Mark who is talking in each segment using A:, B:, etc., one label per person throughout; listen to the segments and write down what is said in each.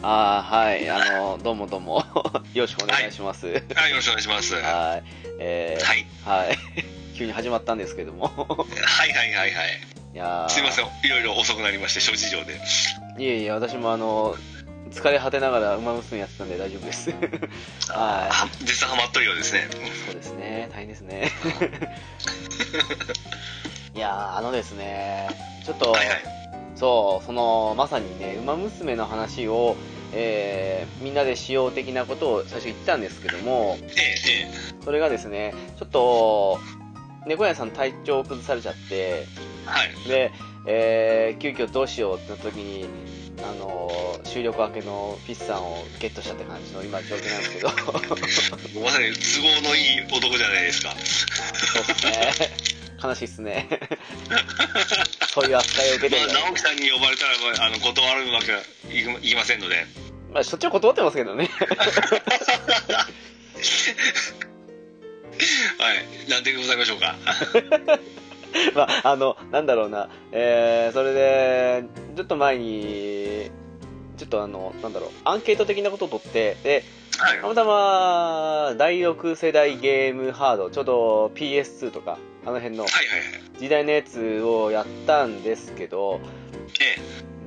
A: ああ、はい、あの、どうもどうも。 よろしくお願いします。はい、
B: はい、よろしくお願いします。は
A: え
B: い。
A: ー
B: はい
A: はい。 急に始まったんですけども。
B: はいはいはいはい。
A: いやー
B: すいません、いろいろ遅くなりまして、諸事情で。
A: いえいえ、私もあの、疲れ果てながら馬娘やってたんで大丈夫です。 は
B: あ絶賛ハマっとるようですね。
A: い。そうですね、大変です ね。いやーあのですね、ちょっと、
B: はいはい。
A: そう、その、まさにね、馬娘の話を、えーみんなでしよう的なことを最初言ってたんですけども、
B: ええ、え
A: それがですね、ちょっと、猫屋さん体調を崩されちゃって、
B: え。はい。
A: で、えー急遽どうしようってなった時に、あのー収録明けのフィスさんをゲットしたって感じの今状況なんですけど、
B: まさに都合のいい男じゃないですか。
A: そうですね。悲しいっすね。そういう扱いを受けて
B: ま
A: る
B: あ、直樹さんに呼ばれたら、まあ、あの断るわけはいくいきませんので。
A: まあ、しょっちゅう断ってますけどね。
B: はい。なんでございましょうか。
A: まあ、あの、なんだろうな、えー、それで、ちょっと前に、ちょっとあの、なんだろう、アンケート的なことを取って、で、
B: はい。
A: た
B: は
A: またま第6世代ゲームハードちょうど PS2 とかあの辺の
B: いはいはい。
A: 時代のやつをやったんですけど
B: え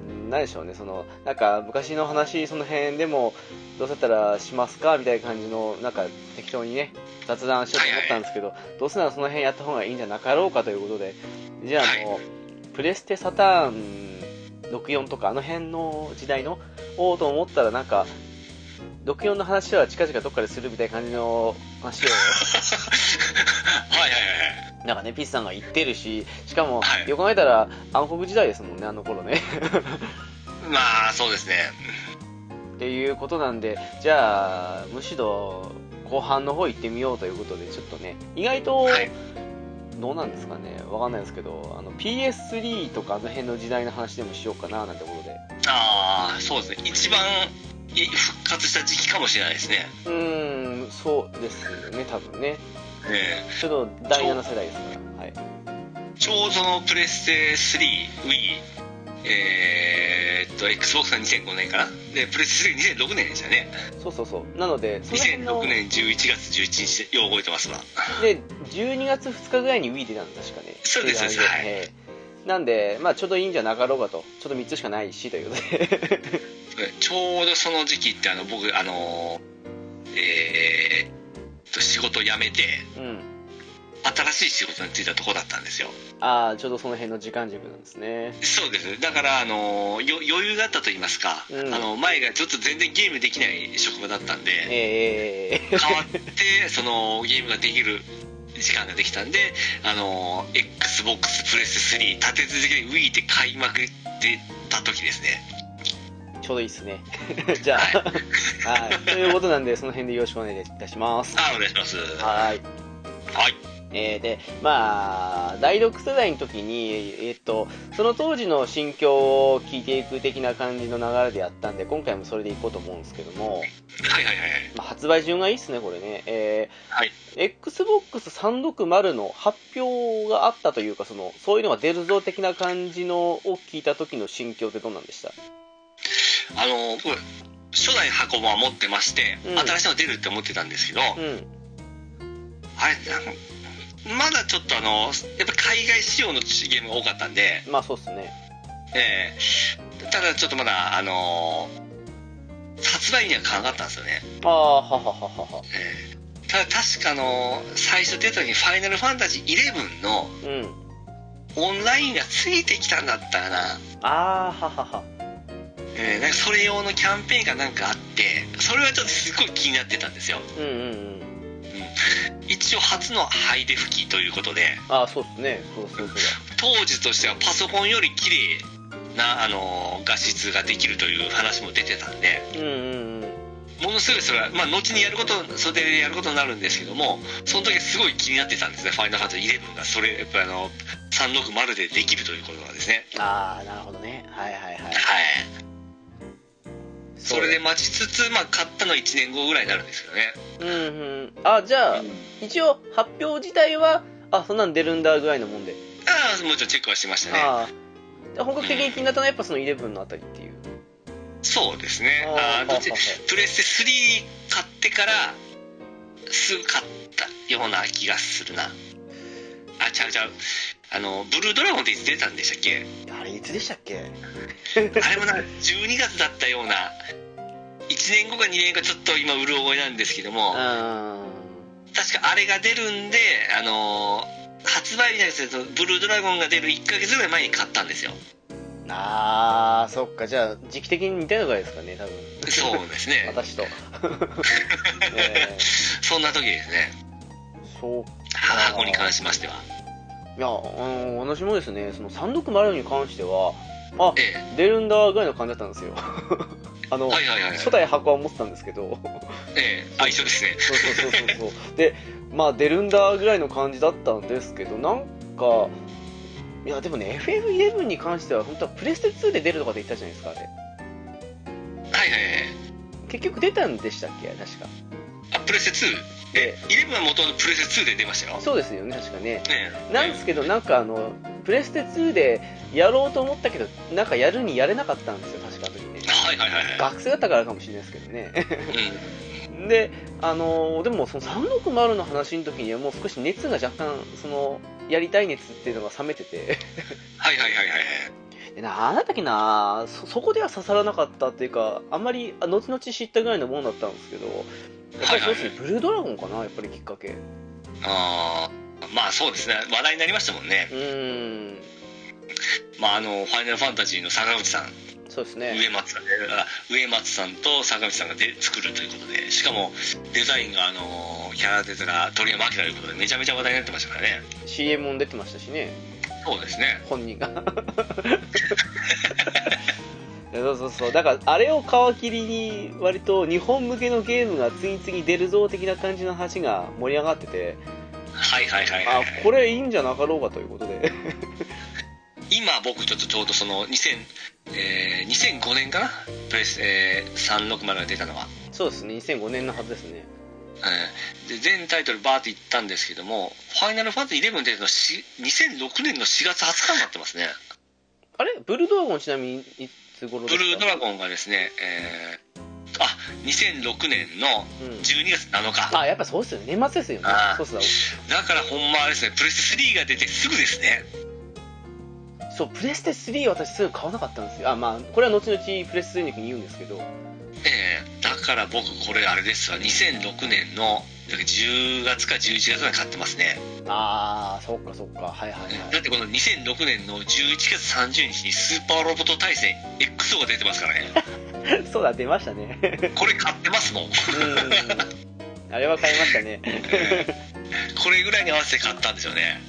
A: うん何でしょうねそのなんか昔の話その辺でもどうせだったらしますかみたいな感じのなんか適当にね雑談しようと思ったんですけど、どうせならその辺やった方がいいんじゃなかろうかということでじゃああの、プレステサターン64とかあの辺の時代のおーと思ったらなんか64の話は近々どっかでするみたいな感じの 話を
B: え。はいはいはい。
A: なんかねピースさんが言ってるししかも、
B: はい
A: よく考えたら暗黒時代ですもんねあの頃ね
B: まあ、そうですね。
A: っていうことなんでじゃあむしろ後半の方行ってみようということでちょっとね意外と、
B: はい
A: どうなんですかねわかんないですけどあの PS3 とかあの辺の時代の話でもしようかななんてことで
B: ああ、そうですね。一番い復活した時期かもしれないですね。
A: うーんそうですよね多分ね
B: ええ。
A: ちょっと第7世代ですからはい
B: ちょうどのプレステ3、Wii、えー、っと、Xbox が2005年かな。で、プレステ3、2006年でしたね。
A: そうそうそうなのでその辺の
B: 2006年11月11日、よう覚えてますわ。
A: で12月2日ぐらいに Wii 出たの確かね
B: そうです
A: ってい感じ
B: は
A: ええなんで、まあ、ちょうどいいんじゃなかろうかとちょっと3つしかないしということで
B: ちょうどその時期って、あの、僕、あのー、えー、っと、仕事を辞めて、
A: うん
B: 新しい仕事に就いたとこだったんですよ。
A: ああちょうどその辺の時間軸なんですね
B: そうです。だから、あのーよ余裕があったと言いますか、
A: うん
B: あの、前がちょっと全然ゲームできない職場だったんで、
A: ええええええ
B: 変わってそのゲームができる時間ができたんであの XBOX プレステ3立て続けに Wii で買いまくってた時ですね
A: ちょうどいいですねじゃあ、 はい、ということなんでその辺でよろしくお願いいたします
B: あお願いしますは
A: はい
B: い
A: えーで、まあ、第6世代の時に、えーっと、その当時の心境を聞いていく的な感じの流れでやったんで、今回もそれでいこうと思うんですけども、
B: はいはい
A: まあ、発売順がいいっすね、これね。え
B: はいはい
A: ー Xbox360 の発表があったというか、その、そういうのが出るぞ的な感じのを聞いた時の心境ってどんなんでした
B: あの僕初代箱もは持ってまして、
A: うん
B: 新しいの出るって思ってたんですけど、
A: うん。
B: あれなんかまだちょっとあのやっぱ海外仕様のゲームが多かったんで、
A: まあそうっすね。
B: ええただちょっとまだあの発売にはかなかったんですよね、
A: ああ、ははははは。
B: ええただ確かあの最初出た時に「ファイナルファンタジー11」の
A: うん。
B: オンラインがついてきたんだったかな、
A: ああ、ははは。
B: ええなんかそれ用のキャンペーンがなんかあってそれはちょっとすごい気になってたんですよ
A: うんうんうん。
B: 一応初のハイデフ機ということで
A: ああ、そうっすね。そうそうそう
B: 当時としてはパソコンより綺麗なあの画質ができるという話も出てたんで
A: だ。うんうんうん。
B: ものすごいそれは、まあ、後にやることそれでやることになるんですけどもその時すごい気になってたんですね「ファイナルファンタジー11」がそれやっぱりあの360でできるということがですね
A: ああ、なるほどね。はいはいはい。
B: はいそれで
A: う
B: 待ちつつ、まあ、買ったのは1年後ぐらいになるんですけどね
A: うんうん。あ、じゃあ、一応発表自体は、あ、そんなん出るんだぐらいのもんで。
B: ああもうちろんチェックはしてましたね
A: ああ。本格的に気になったのはやっぱその11のあたりっていう。
B: そうですね
A: あー
B: ああどっち
A: ははは
B: プレステ3買ってからすぐ買ったような気がするなあちゃうちゃうあのブルードラゴンっていつ出たんでしたっけ
A: あれいつでしたっけ
B: あれもな12月だったような1年後か2年後かちょっと今うる覚えなんですけども
A: う
B: 確かあれが出るんであのー発売日じゃなくてそのブルードラゴンが出る1ヶ月ぐらい前に買ったんですよ
A: ん。ああ、そっか。じゃあ、時期的に似たのがですかね、多分。
B: そうです ね
A: 私と。えー
B: そんな時ですね
A: そう
B: 箱に関しましてはい
A: や、あの私もですね、その360に関しては、あ、
B: え
A: 出るんだぐらいの感じだったんですよ。 あの、
B: えはいはいはい
A: 初代箱は持ってたんですけど、
B: ええあ一緒ですね
A: そうそうそうそうそう。 で、まあ出るんだぐらいの感じだったんですけど、なんか、いやでもね、FF11 に関しては、本当はプレステ2で出るとかで言ったじゃないですか、あれ。
B: はいはいはい
A: 結局出たんでしたっけ、確か。
B: あプレステ 2? え11は元々プレステ2で出ましたよ
A: そうですよね、確かね。
B: ええ
A: なんですけど、なんかあの、プレステ2でやろうと思ったけど、なんかやるにやれなかったんですよ、確かあの時ね。
B: はいはいはいは
A: 学生だったからかもしれないですけどね。
B: いうん
A: で、あのーでもその360の話の時にはもう少し熱が若干、その、やりたい熱っていうのが冷めてて、
B: はいはいはいはいはい
A: でなあなたきなそ、そこでは刺さらなかったっていうか、あんまりあ後々知ったぐらいのものだったんですけど、やっぱりそうですね、
B: はいはいはい
A: ブルードラゴンかな、やっぱりきっかけ。う
B: あーまあそうですね話題になりましたもんね
A: ーん、
B: まああの「ファイナルファンタジー」の坂口さん
A: そうですね。
B: 上松さんであ上松さんと坂口さんがで作るということでしかもデザインがあのキャラデザが鳥山明ということでめちゃめちゃ話題になってましたからね
A: CM も出てましたしね、
B: そうですね
A: 本人が。 いやそうそうそう。だから、あれを皮切りに、割と日本向けのゲームが次々出るぞ的な感じの話が盛り上がってて、
B: はいはいはいは
A: あ
B: いはい、
A: これいいんじゃなかろうかということで。
B: 今僕ちょっとちょうどその2000、えー2005年かなプレス、えー360が出たのは、
A: そうですね、2005年のはずですね。
B: えーで全タイトルバーっていったんですけども「ファイナルファンタジー11」出たのし2006年の4月20日になってますね
A: あれブルードラゴンちなみにいつ頃
B: ブ
A: ですか
B: ルードラゴンがですね、えー、あ2006年の12月7日、
A: うん、あ、やっぱそうですよね。年末ですよね
B: あ。ー
A: そうっす
B: だからほんまあれですねプレステ3が出てすぐですね
A: だそう、プレステ3私すぐ買わなかったんですよ。あ、まあ、これは後々プレステ3の時に言うんですけど。
B: ええだから僕これあれですわ2006年のだから10月か11月は買ってますね、
A: あー、そっかそっか。はいはいはい
B: だ。ってこの2006年の11月30日にスーパーロボット対戦 XO が出てますからね
A: そうだ、出ましたね。
B: これ買ってますもんこ
A: うん。あれは買いましたね。
B: れぐらいに合わせて買ったんですよね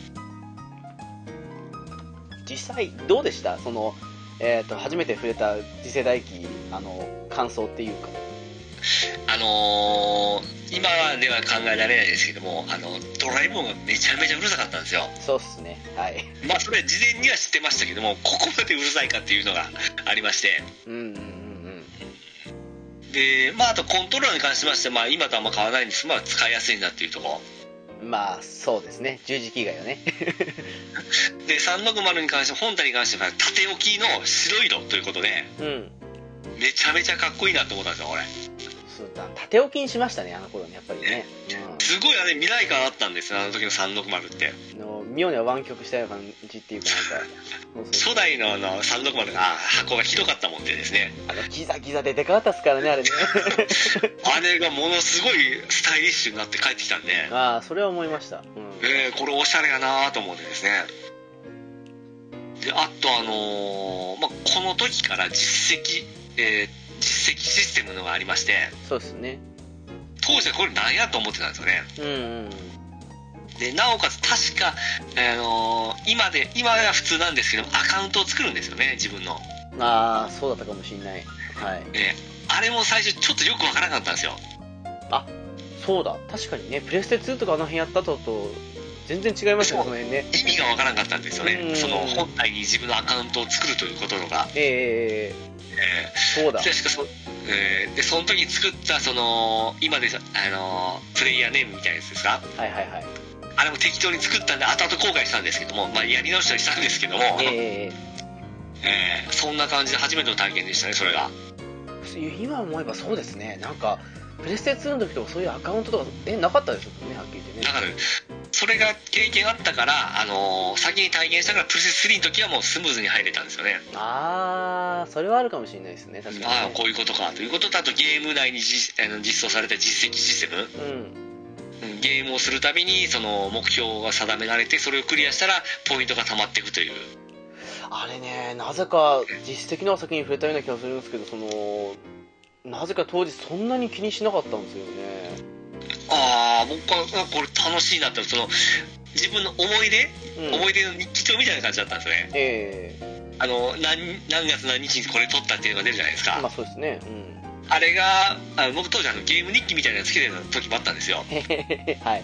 A: 実際、どうでしたその、えっ、と、初めて触れた次世代機、あの、感想っていうか。
B: あのー今では考えられないですけどもあのドライブ音がめちゃめちゃうるさかったんですよ
A: そうっすね。はい。
B: まあそれは事前には知ってましたけどもここまでうるさいかっていうのがありまして
A: うんうんうんうん。
B: でまああとコントローラーに関しましてまあ今とあんま変わらないんですまあ使いやすいなっていうとこ
A: まあそうですね十字キー以外はね
B: で360に関して本体に関しては縦置きの白色ということで
A: うん
B: めめちゃめちゃかっこいいなって思ったんですよ俺
A: そうだ縦置きにしましたねあの頃ねやっぱりね、
B: すごいあれ未来感あったんですよあの時の360って
A: うん、あの妙な湾曲したような感じっていうかなんかそうそう
B: 初代のあの360のあ箱がひどかったもんでですね
A: あのギザギザででかかったっすからねあ れね
B: あれがものすごいスタイリッシュになって帰ってきたんで
A: ああそれは思いました、うん
B: えーこれおしゃれやなと思ってですねであとあのーまあ、この時から実績、えー実績システムのがありまして
A: そうですね
B: 当時はこれなんやと思ってたんですよね
A: うんうん
B: でなおかつ確か、あのー今で今は普通なんですけどもアカウントを作るんですよね自分の、
A: ああそうだったかもしんないはい
B: えーあれも最初ちょっとよくわからなかったんですよ
A: そうだ確かにねプレステ2とかあの辺やったとと全然違いますよねその辺ね
B: 意味がわからなかったんですよ
A: う
B: ね
A: ん
B: その本体に自分のアカウントを作るということのが、
A: えええええ
B: えー
A: えそうだ
B: 確かそ,、えーでその時に作ったその今でしょあのープレイヤーネームみたいなやつですか
A: はいはいはい
B: あれも適当に作ったんで後々後悔したんですけども、まあ、やり直したりしたんですけど
A: え
B: も、
A: え
B: え
A: ええ
B: ーそんな感じで初めての体験でしたねそれが
A: 今思えばそうですねなんかプレステ2の時とかそういうアカウントとかえなかったですもんねはっきり言ってね
B: だからそれが経験あったから、あのー先に体験したからプレステ3の時はもうスムーズに入れたんですよね
A: ああそれはあるかもしれないですね確かに
B: ああ
A: ね
B: こういうことかということだとゲーム内にじあの実装された実績システム
A: うん
B: うんゲームをするたびにその目標が定められてそれをクリアしたらポイントが溜まっていくという
A: あれねなぜか実績の先に触れたような気がするんですけどそのなぜか当時そんなに気にしなかったんですよね
B: ああ僕はあこれ楽しいなってその自分の思い出、
A: うん
B: 思い出の日記帳みたいな感じだったんですね
A: ええ
B: あの何何月何日にこれ撮ったっていうのが出るじゃないですか、
A: まあそうですねうん
B: あれがあの僕当時あのゲーム日記みたいなのつけてた時もあったんですよこ
A: はい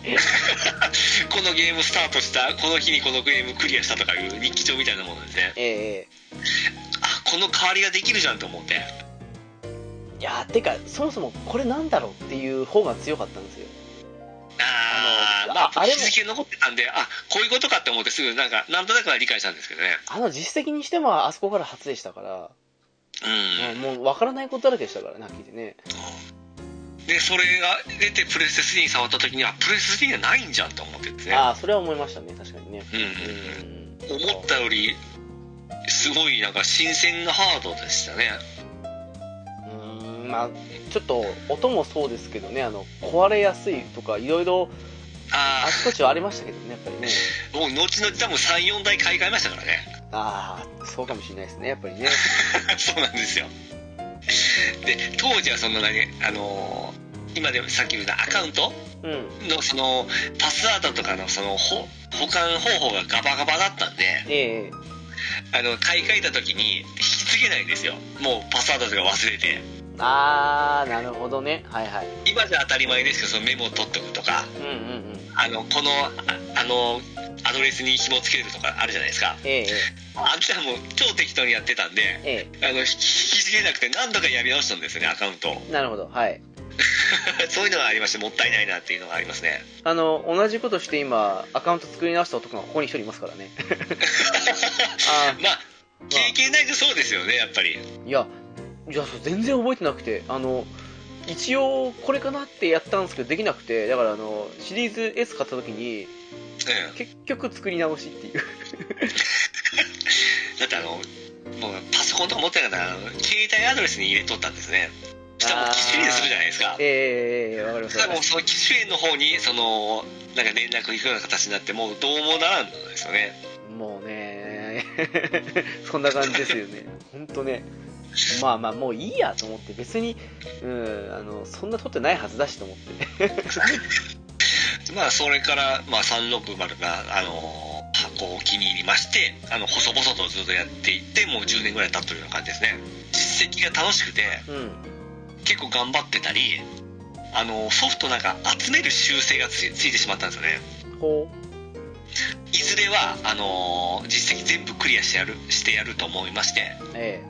B: のゲームスタートしたこの日にこのゲームクリアしたとかいう日記帳みたいなものですね
A: ええ
B: あこの代わりができるじゃんと思って
A: いやてかそもそもこれなんだろうっていう方が強かったんですよ
B: あ
A: あの
B: あま
A: ああ
B: あ
A: れ
B: 日
A: も
B: 付残ってたんであこういうことかって思ってすぐなんかなんとなくは理解したんですけどね
A: あの実績にしてもあそこから初でしたから、
B: うん
A: うんもう分からないことだらけでしたからねはっきり言ってね
B: でそれが出てプレステ3に触った時にはプレステ3がないんじゃんと思ってですね
A: ああそれは思いましたね確かにね
B: うん
A: うん
B: うん思ったよりすごいなんか新鮮なハードでしたね
A: うーんまあちょっと音もそうですけどねあの壊れやすいとかいろいろ
B: あ
A: あちこちはありましたけどねやっぱり ね
B: あもう後々多分34台買い替えましたからね
A: ああそうかもしれないですねやっぱりね
B: そうなんですよで当時はそんな何あのー今でもさっき言ったアカウント
A: うん
B: のそのパスワードとかのそのほ保管方法がガバガバだったんで
A: ええ
B: あの買い替えた時に引き継げないんですよもうパスワードとか忘れて
A: ああなるほどねはいはい
B: 今じゃ当たり前ですけどそのメモを取っとくとか
A: うんうんうん
B: あのこのああのアドレスに紐つけるとかあるじゃないですか
A: ええ
B: あんたもう超適当にやってたんで
A: えええ
B: あの引き継げなくて何度かやり直したんですよねアカウントを
A: えなるほどはい
B: そういうのがありましてもったいないなっていうのがありますね
A: あの同じことして今アカウント作り直した男がここに一人いますから ねあ
B: まあ経験ないとそうですよねやっぱり
A: ーいやいやそう全然覚えてなくてあの一応これかなってやったんですけどできなくてだからあのシリーズ S 買った時に
B: うん
A: 結局作り直しって いう
B: だってあのもうパソコンとか持ってなかったらあの携帯アドレスに入れとったんですねしたらもう機種変するじゃないですか
A: ええええええわかりま
B: ただもう
A: す
B: その機種変の方にそのなんか連絡行くような形になってもうどうもならんのですよね
A: もうね そんな感じですよね本当ねまあまあもういいやと思って別にうんあのそんな撮ってないはずだしと思って
B: まあそれから、まあ、360が、あの箱を気に入りましてあの細々とずっとやっていってもう10年ぐらい経ってるような感じですね実績が楽しくて
A: うん
B: 結構頑張ってたりあのソフトなんか集める習性がついついてしまったんですよね
A: ほ
B: いずれはあのー実績全部クリアしてやるしてやると思いまして
A: うえ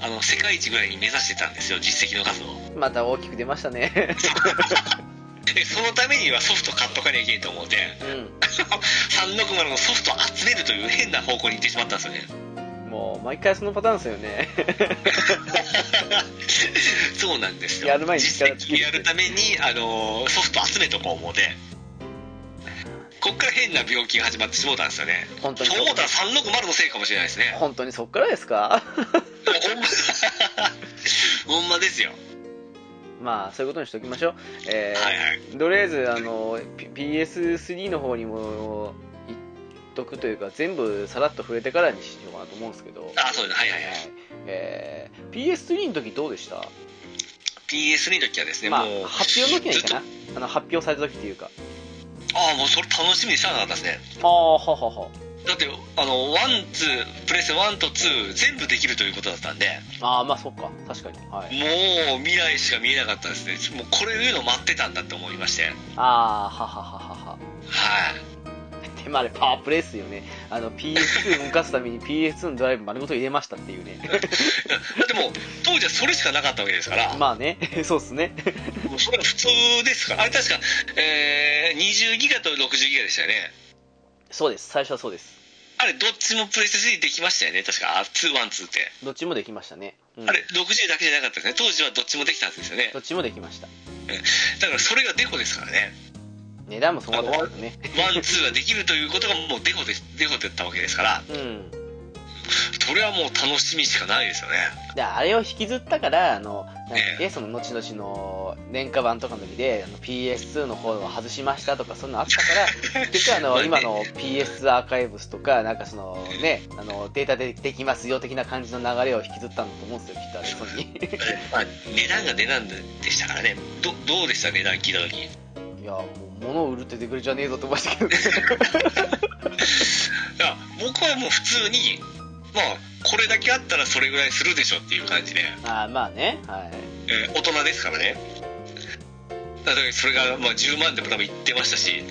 B: あの世界一ぐらいに目指してたんですよ実績の数を
A: えまた大きく出ましたね
B: でそのためにはソフト買っとかなきゃいけないと思って
A: う
B: 360のソフトを集めるという変な方向に行ってしまったんですよね
A: んももう毎回そのパターンですよね
B: そうなんですよ
A: やる前に
B: 実
A: 力つけ
B: 績
A: て
B: やるために、あのーソフト集めとこう思うてこっから変な病気が始まってしもうたんですよね
A: 本当に
B: そう思うたら360のせいかもしれないです ね
A: 本当にそっからですか
B: ほんまほんまですよ
A: まあそういうことにしておきましょうえー
B: はいはい
A: とりあえずあの P- PS3 の方にも言っとくというか全部さらっと触れてからにしようかなと思うんですけど、はい
B: あそうですはいはいはい
A: えー PS3 の時どうでした、
B: PS2 の時はですね、
A: まあ
B: もう
A: 発表の時ないか
B: ずっ
A: なあの発表された時っていうか
B: とああもうそれ楽しみにしゃあなかったですね
A: ああははは
B: だってあのワンツープレステ1と2全部できるということだったんで
A: ああまあそっか確かにはい
B: もう未来しか見えなかったですねもうこれ言うの待ってたんだって思いましてはい
A: ああはははははでもあれパワープレイっすよねあの PS2 動かすために PS2 のドライブ丸ごと入れましたっていうね
B: だってもう当時はそれしかなかったわけですから、
A: まあねそうっすね
B: もうそれは普通ですからあれ確か、えー、20ギガと60ギガでしたよね
A: そうです最初はそうです
B: あれどっちもプレステ3できましたよね確かあ212って、
A: どっちもできましたね、うん
B: あれ60だけじゃなかったですね当時はどっちもできたんですよね
A: どっちもできました
B: だからそれがデコですからね
A: 値段もそうだったね
B: ワンツーができるということがもうデコでデコだったわけですから
A: うん
B: それはもう楽しみしかないですよね
A: であれを引きずったからあのなんだっ
B: え
A: けその後々の廉価版とかの時であの PS2 の方を外しましたとかそんなのあったから 結局あ
B: まあ
A: の
B: ね
A: 今の PS2 アーカイブスとかなんかそのねあのデータでできますよ的な感じの流れを引きずったんだと思うんですよきっとあれソニー
B: まあ、値段が値段でしたからねどどうでした値段聞いた時
A: いやもう物を売るって出てくれじゃねえぞと思いましたけどね
B: いや僕はもう普通にまあこれだけあったらそれぐらいするでしょっていう感じで、
A: あーまあねはい
B: えー大人ですからねだからそれがまあ10万でも多分言ってましたし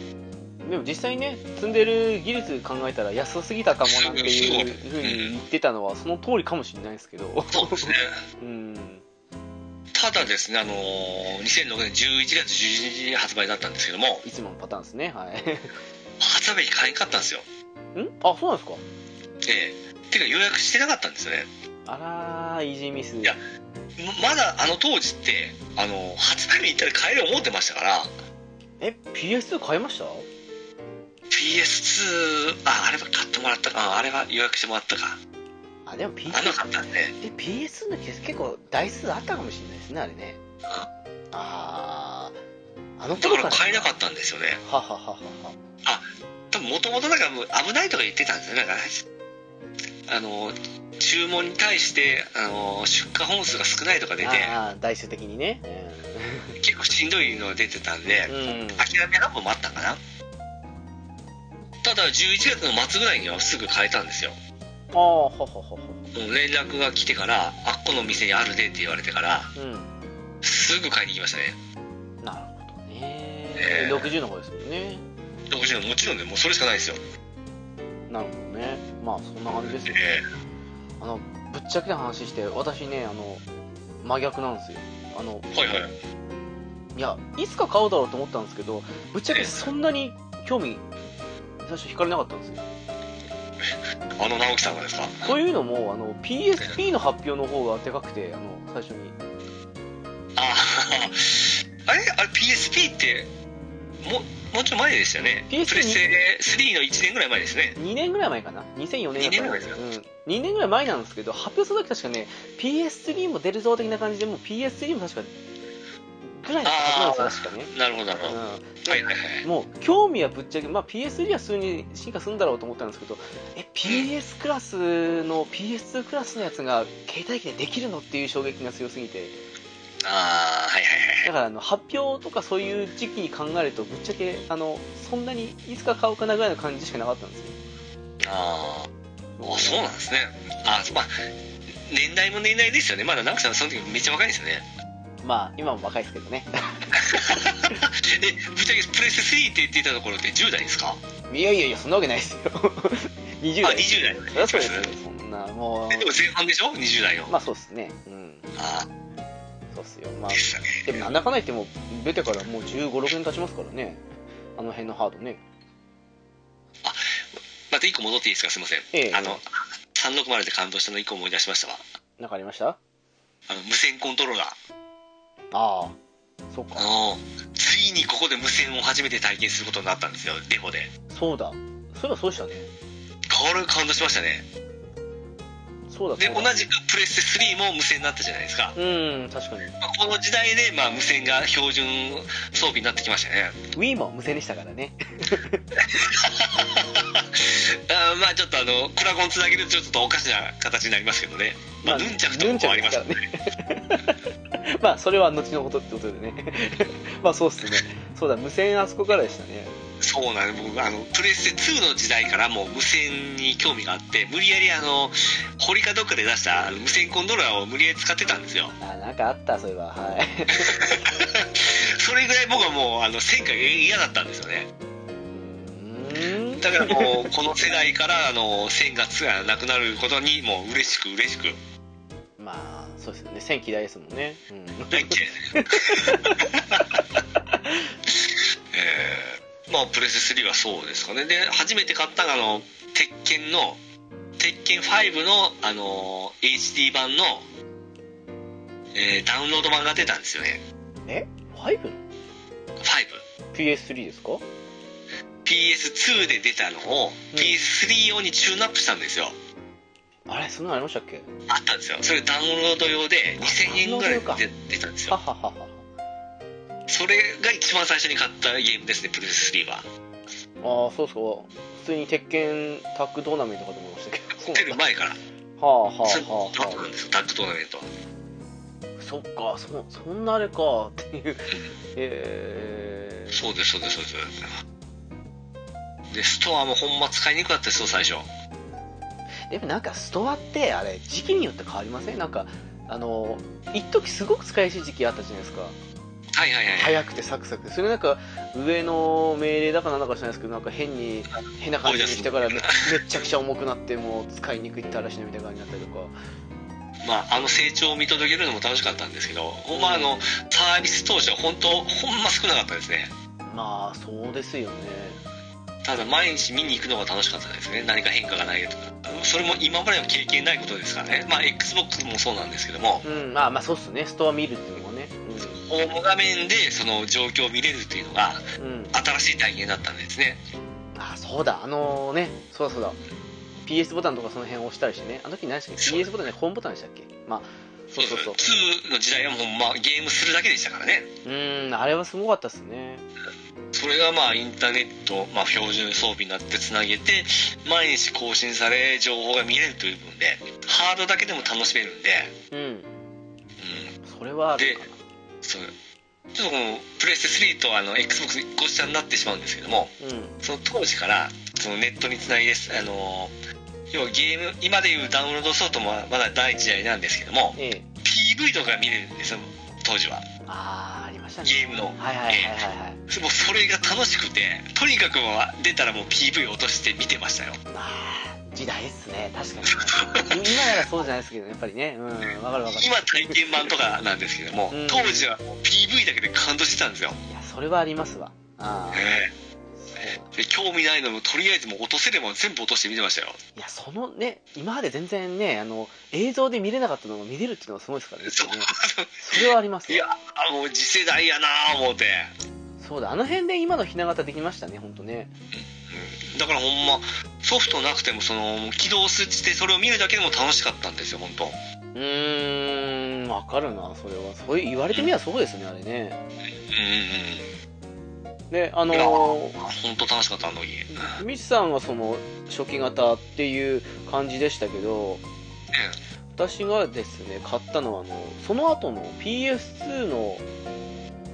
A: でも実際ね積んでる技術考えたら安すぎたかもなんていうふうに言ってたのはその通りかもしれないですけど
B: そうですね
A: うん
B: ただですねあのー2006年11月12日に発売だったんですけども
A: いつものパターンですねはい
B: 発売日買えんかったんですよ
A: んあそうなんですか
B: ええていうか予約してなかったんですよね
A: あらーイージーミス
B: やままだあの当時ってあの発売日に行ったら買える思ってましたから
A: え PS2 買いました
B: PS2 ああれは買ってもらったかああれは予約してもらったか
A: あでも PS
B: あんなかったんで
A: え PS2 のケース結構台数あったかもしれないですねあれねあああの
B: だ
A: 頃から
B: か
A: ら
B: 買えなかったんですよね
A: ははははは
B: 多分もともとなんかもう危ないとか言ってたんですよねなんかあの注文に対してあの出荷本数が少ないとか出て
A: ああ台数的にね
B: 結構しんどいのが出てたん
A: う
B: で
A: ん、うん
B: 諦め半分もあったかなただ11月の末ぐらいにはすぐ買えたんですよ
A: ああはははは
B: もう連絡が来てから「あっこの店にあるで」って言われてから
A: うん
B: すぐ買いに行きましたね
A: なるほどね
B: ええ
A: 60の方ですもんね
B: もちろんもちろんねもうそれしかないですよ
A: なるほどねまあそんな感じですよね
B: え
A: あのぶっちゃけな話して私ねあの真逆なんですよあの
B: えはいはい
A: いやいつか買おうだろうと思ったんですけどぶっちゃけそんなに興味最初惹かれなかったんですよ
B: あの直樹さんがですか
A: というのもあの PSP の発表の方がでかくてあの最初に
B: あ ああれあれ PSP ってももうちょい前でしたよね
A: PSP
B: プレステ3の1年ぐらい前ですね
A: 2年ぐらい前かな2004年だった
B: 2年ぐらいですよ
A: うん、2年ぐらい前なんですけど発表する時確かね PS3 も出るぞ的な感じでもう PS3 も確かぐらいだったはずなんですよ確かね
B: なるほどなるほど、
A: うん
B: はいはいはい
A: もう興味はぶっちゃけ、まあ、PS3 は普通に進化するんだろうと思ったんですけどえ PS クラスの PS2 クラスのやつが携帯機でできるのっていう衝撃が強すぎて
B: ああはいはいはい
A: だからあの発表とかそういう時期に考えるとぶっちゃけあのそんなにいつか買おうかなぐらいの感じしかなかったんですよ
B: あーあそうなんですねあーまあ年代も年代ですよねまだ直樹さんその時めっちゃ若いですよね
A: まあ今も若いですけどね
B: えぶっちゃけプレステ3って言ってたところって10代ですか
A: いやいやいやそんなわけないですよ 20代
B: あ20代
A: そりゃそうですよそんなも
B: えでも前半でしょ20代の、
A: うまあそうっすねうん
B: あ
A: そうっすよま
B: あ
A: あ
B: でしたね
A: でもなんだかんだ言っても出てからもう1 5 6年経ちますからねあの辺のハードね
B: また一個戻っていいですかすいません、
A: ええ
B: あの360で感動したの1個思い出しましたわ
A: なんかありました
B: あの無線コントローラー
A: ああそっ
B: あ
A: か
B: のついにここで無線を初めて体験することになったんですよデモで
A: そうだそういえばそうでしたね
B: これ感動しましたね
A: そうだ
B: で
A: そう
B: 同
A: だ
B: じくプレステ3も無線になったじゃないですか
A: うん確かに
B: まあこの時代で、まあ、無線が標準装備になってきましたね
A: Wii も無線でしたからね
B: あーまあちょっとあのクラコンつなげるとちょっとおかしな形になりますけどねまあヌンチャクとかもありました
A: ヌンチャクですからね まあそれは後のことってことでね まあそうっすねそうだ無線あそこからでしたね
B: そうなの僕あのプレステ2の時代からもう無線に興味があって無理やりあの堀かどっかで出したあの無線コントローラーを無理やり使ってたんですよ
A: あなんかあったそういえばはい
B: それぐらい僕はもうあの戦火が嫌だったんですよね
A: うーん
B: だからもうこの世代からあの線がつがなくなることにもう嬉しく嬉しく
A: まあそうですよね線嫌いですもんね、うん、
B: 大嫌い えーまあプレステ3はそうですかねで初めて買ったのがあの鉄拳の鉄拳5のあの HD 版の、えーダウンロード版が出たんですよね
A: えファイブの PS3 ですか
B: 5PS2 で出たのを、
A: うん
B: PS3 用にチューンアップしたんですよ
A: あれそんなのありましたっけ
B: あったんですよそれダウンロード用で2000円ぐらいで出たんです
A: は
B: よ
A: ははは
B: それが一番最初に買ったゲームですねプレステ3は
A: ああそうそう普通に鉄拳タッグトーナメントかと思いましたけどそう
B: 出る
A: なんだ
B: 前から
A: はあはあは
B: そう
A: あ
B: タッグな
A: は
B: んですよタッグトーナメントは
A: あそっかそそんなあれかっていうえー、
B: そうですそうですそうですでストアもほんま使いにくかったですよ最初
A: でもなんかストアってあれ時期によって変わりませんなんかあの一時すごく使いやすい時期あったじゃないですか
B: はいはいはい
A: 早くてサクサクそれなんか上の命令だかなんだか知らないですけどなんか変に変な感じにしてからめめっちゃくちゃ重くなってもう使いにくいって嵐のみたいな感じになったりとか
B: まああの成長を見届けるのも楽しかったんですけどほんまあのサービス当初は本当ほんま少なかったですね
A: まあそうですよね
B: ただ毎日見に行くのが楽しかったですね何か変化がないとかそれも今までは経験ないことですからねまあ XBOX もそうなんですけども
A: うんまあまあそうっすねストア見るっていうのもね
B: ホーム画面でその状況を見れるっていうのが
A: うん、うん、
B: 新しい体験だったんですね
A: あそうだあのねそうだそうだ PS ボタンとかその辺押したりしてねあの時何でしたっけ PS ボタンでホームボタンでしたっけまあそうそうそう
B: 2の時代はもう、まあ、ゲームするだけでしたからね
A: うーんあれはすごかったっすね
B: それがまあインターネット、まあ、標準装備になってつなげて毎日更新され情報が見れるという分でハードだけでも楽しめるんで、
A: うん
B: う
A: それはあるか
B: ん、そうちょっとこのプレステ3とあの XBOX ご視聴になってしまうんですけども
A: なうん
B: その当時からそのネットにつないであの要はゲーム今でいうダウンロードソフトもまだ第一時代なんですけども
A: ええ
B: PV とかが見れるんですよ当時は
A: ああありましたね
B: ゲームの
A: はいはいはいはいはい
B: もうそれが楽しくてとにかくは出たらもう PV 落として見てましたよ
A: まあ時代っすね確かにね今ならそうじゃないですけどねやっぱりねうんわかるわかる
B: 今体験版とかなんですけども
A: うん
B: 当時はもう PV だけで感動してたんですよ、
A: いやそれはありますわああ
B: え
A: そう
B: えで興味ないのもとりあえずもう落とせれば全部落として見てましたよ
A: いやそのね今まで全然ねあの映像で見れなかったのが見れるっていうのがすごいですからね
B: そう
A: それはあります
B: い
A: よ
B: やあもう次世代やなあ思うて、
A: そうだあの辺で今のひな形できましたね本当ね
B: うん、だからほんまソフトなくてもその起動してそれを見るだけでも楽しかったんですよ本当
A: うーんわかるなそれはそういう言われてみればそうですねあれね
B: うんうん
A: であの
B: い
A: ー
B: やうん本当楽しかったあの家、うん
A: ミチさんはその初期型っていう感じでしたけど私がですね買ったのはあのその後の PS2 の、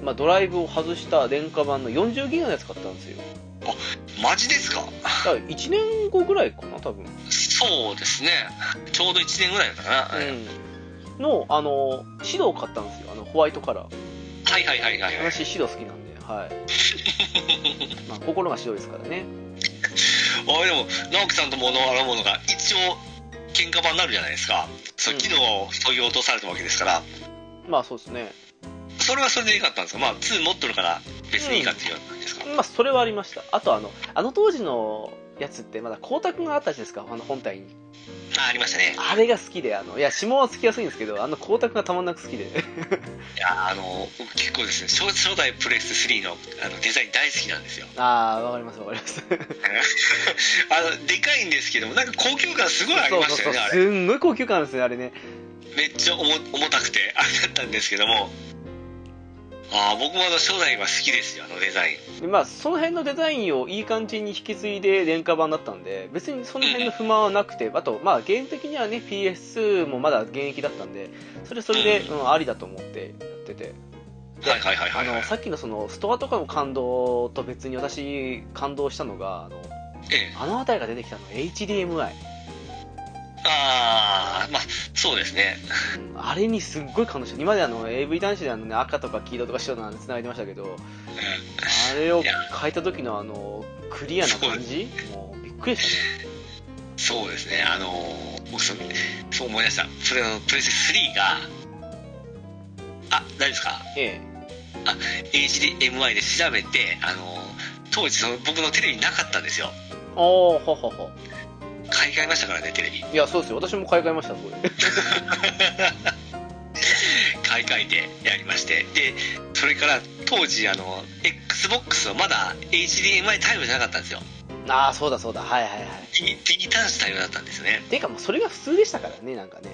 A: まあ、ドライブを外した廉価版の40ギガのやつ買ったんですよ
B: マジですか
A: だから1年後ぐらいかな多分
B: そうですねちょうど1年ぐらいかな、はい
A: うん、のあのシドを買ったんですよあのホワイトカラー
B: はいはいはいはい
A: 私シド好きなんではいまあ心が白いですからね
B: あでも直樹さんと物を洗うものが一応喧嘩場になるじゃないですかそう
A: うん
B: 機能を削ぎ落とされたわけですから、
A: まあそうですね
B: それはそれで良かったんですかまあ2持ってるから別にいいかっていう感じですか、
A: まあそれはありましたあとあのあの当時のやつってまだ光沢があったじゃないですかあの本体に
B: あありましたね
A: あれが好きで、あの、いや、指紋はつきやすいんですけど、あの光沢がたまんなく好きで。
B: いやあの僕結構ですね初初代プレステ3のあのデザイン大好きなんですよ
A: ああ、わかりますわかります。
B: あのでかいんですけどもなんか高級感すごいあり
A: そう
B: ま
A: そう
B: し
A: そ
B: たよ
A: う、
B: ねあ
A: す
B: れ
A: んごい高級感あるんですね、あれね。
B: めっちゃ重重たくてあれだったんですけどもああ僕もあの初代は好きですよあのデザイン
A: でまあ、その辺のデザインをいい感じに引き継いで廉価版だったんで、別にその辺の不満はなくて、あと、まあ、ゲーム的にはね、PS2 もまだ現役だったんで、それそれで、うん、ありだと思ってやってて。
B: はいはいはいは
A: あ
B: いはい
A: の、さっきのその、ストアとかの感動と別に私、感動したのが、あの、
B: ええ
A: あの辺りが出てきたの、HDMI。
B: ああまあそうですね
A: うんあれにすっごい感動した。今まであの、AV 男子であのね、赤とか黄色とか白なんて繋いでましたけど、
B: うん
A: あれを変えた時のあの、クリアな感じもう、びっくりでしたね。
B: そうですねあのー僕そそう思い出したそれあのプレステ3があ大丈夫ですか
A: ええ。
B: HDMI で調べて、あの当時その僕のテレビなかったんですよ
A: おおははは
B: 買い替えましたからねテレビ
A: いやそうですよ私も買い替えましたそれ
B: 買い替えてやりましてでそれから当時あの XBOX はまだ HDMI 対応じゃなかったんですよ
A: ああそうだそうだはいはいはい
B: D- D 端子対応だったんですよね
A: ていうかもうそれが普通でしたからねなんかね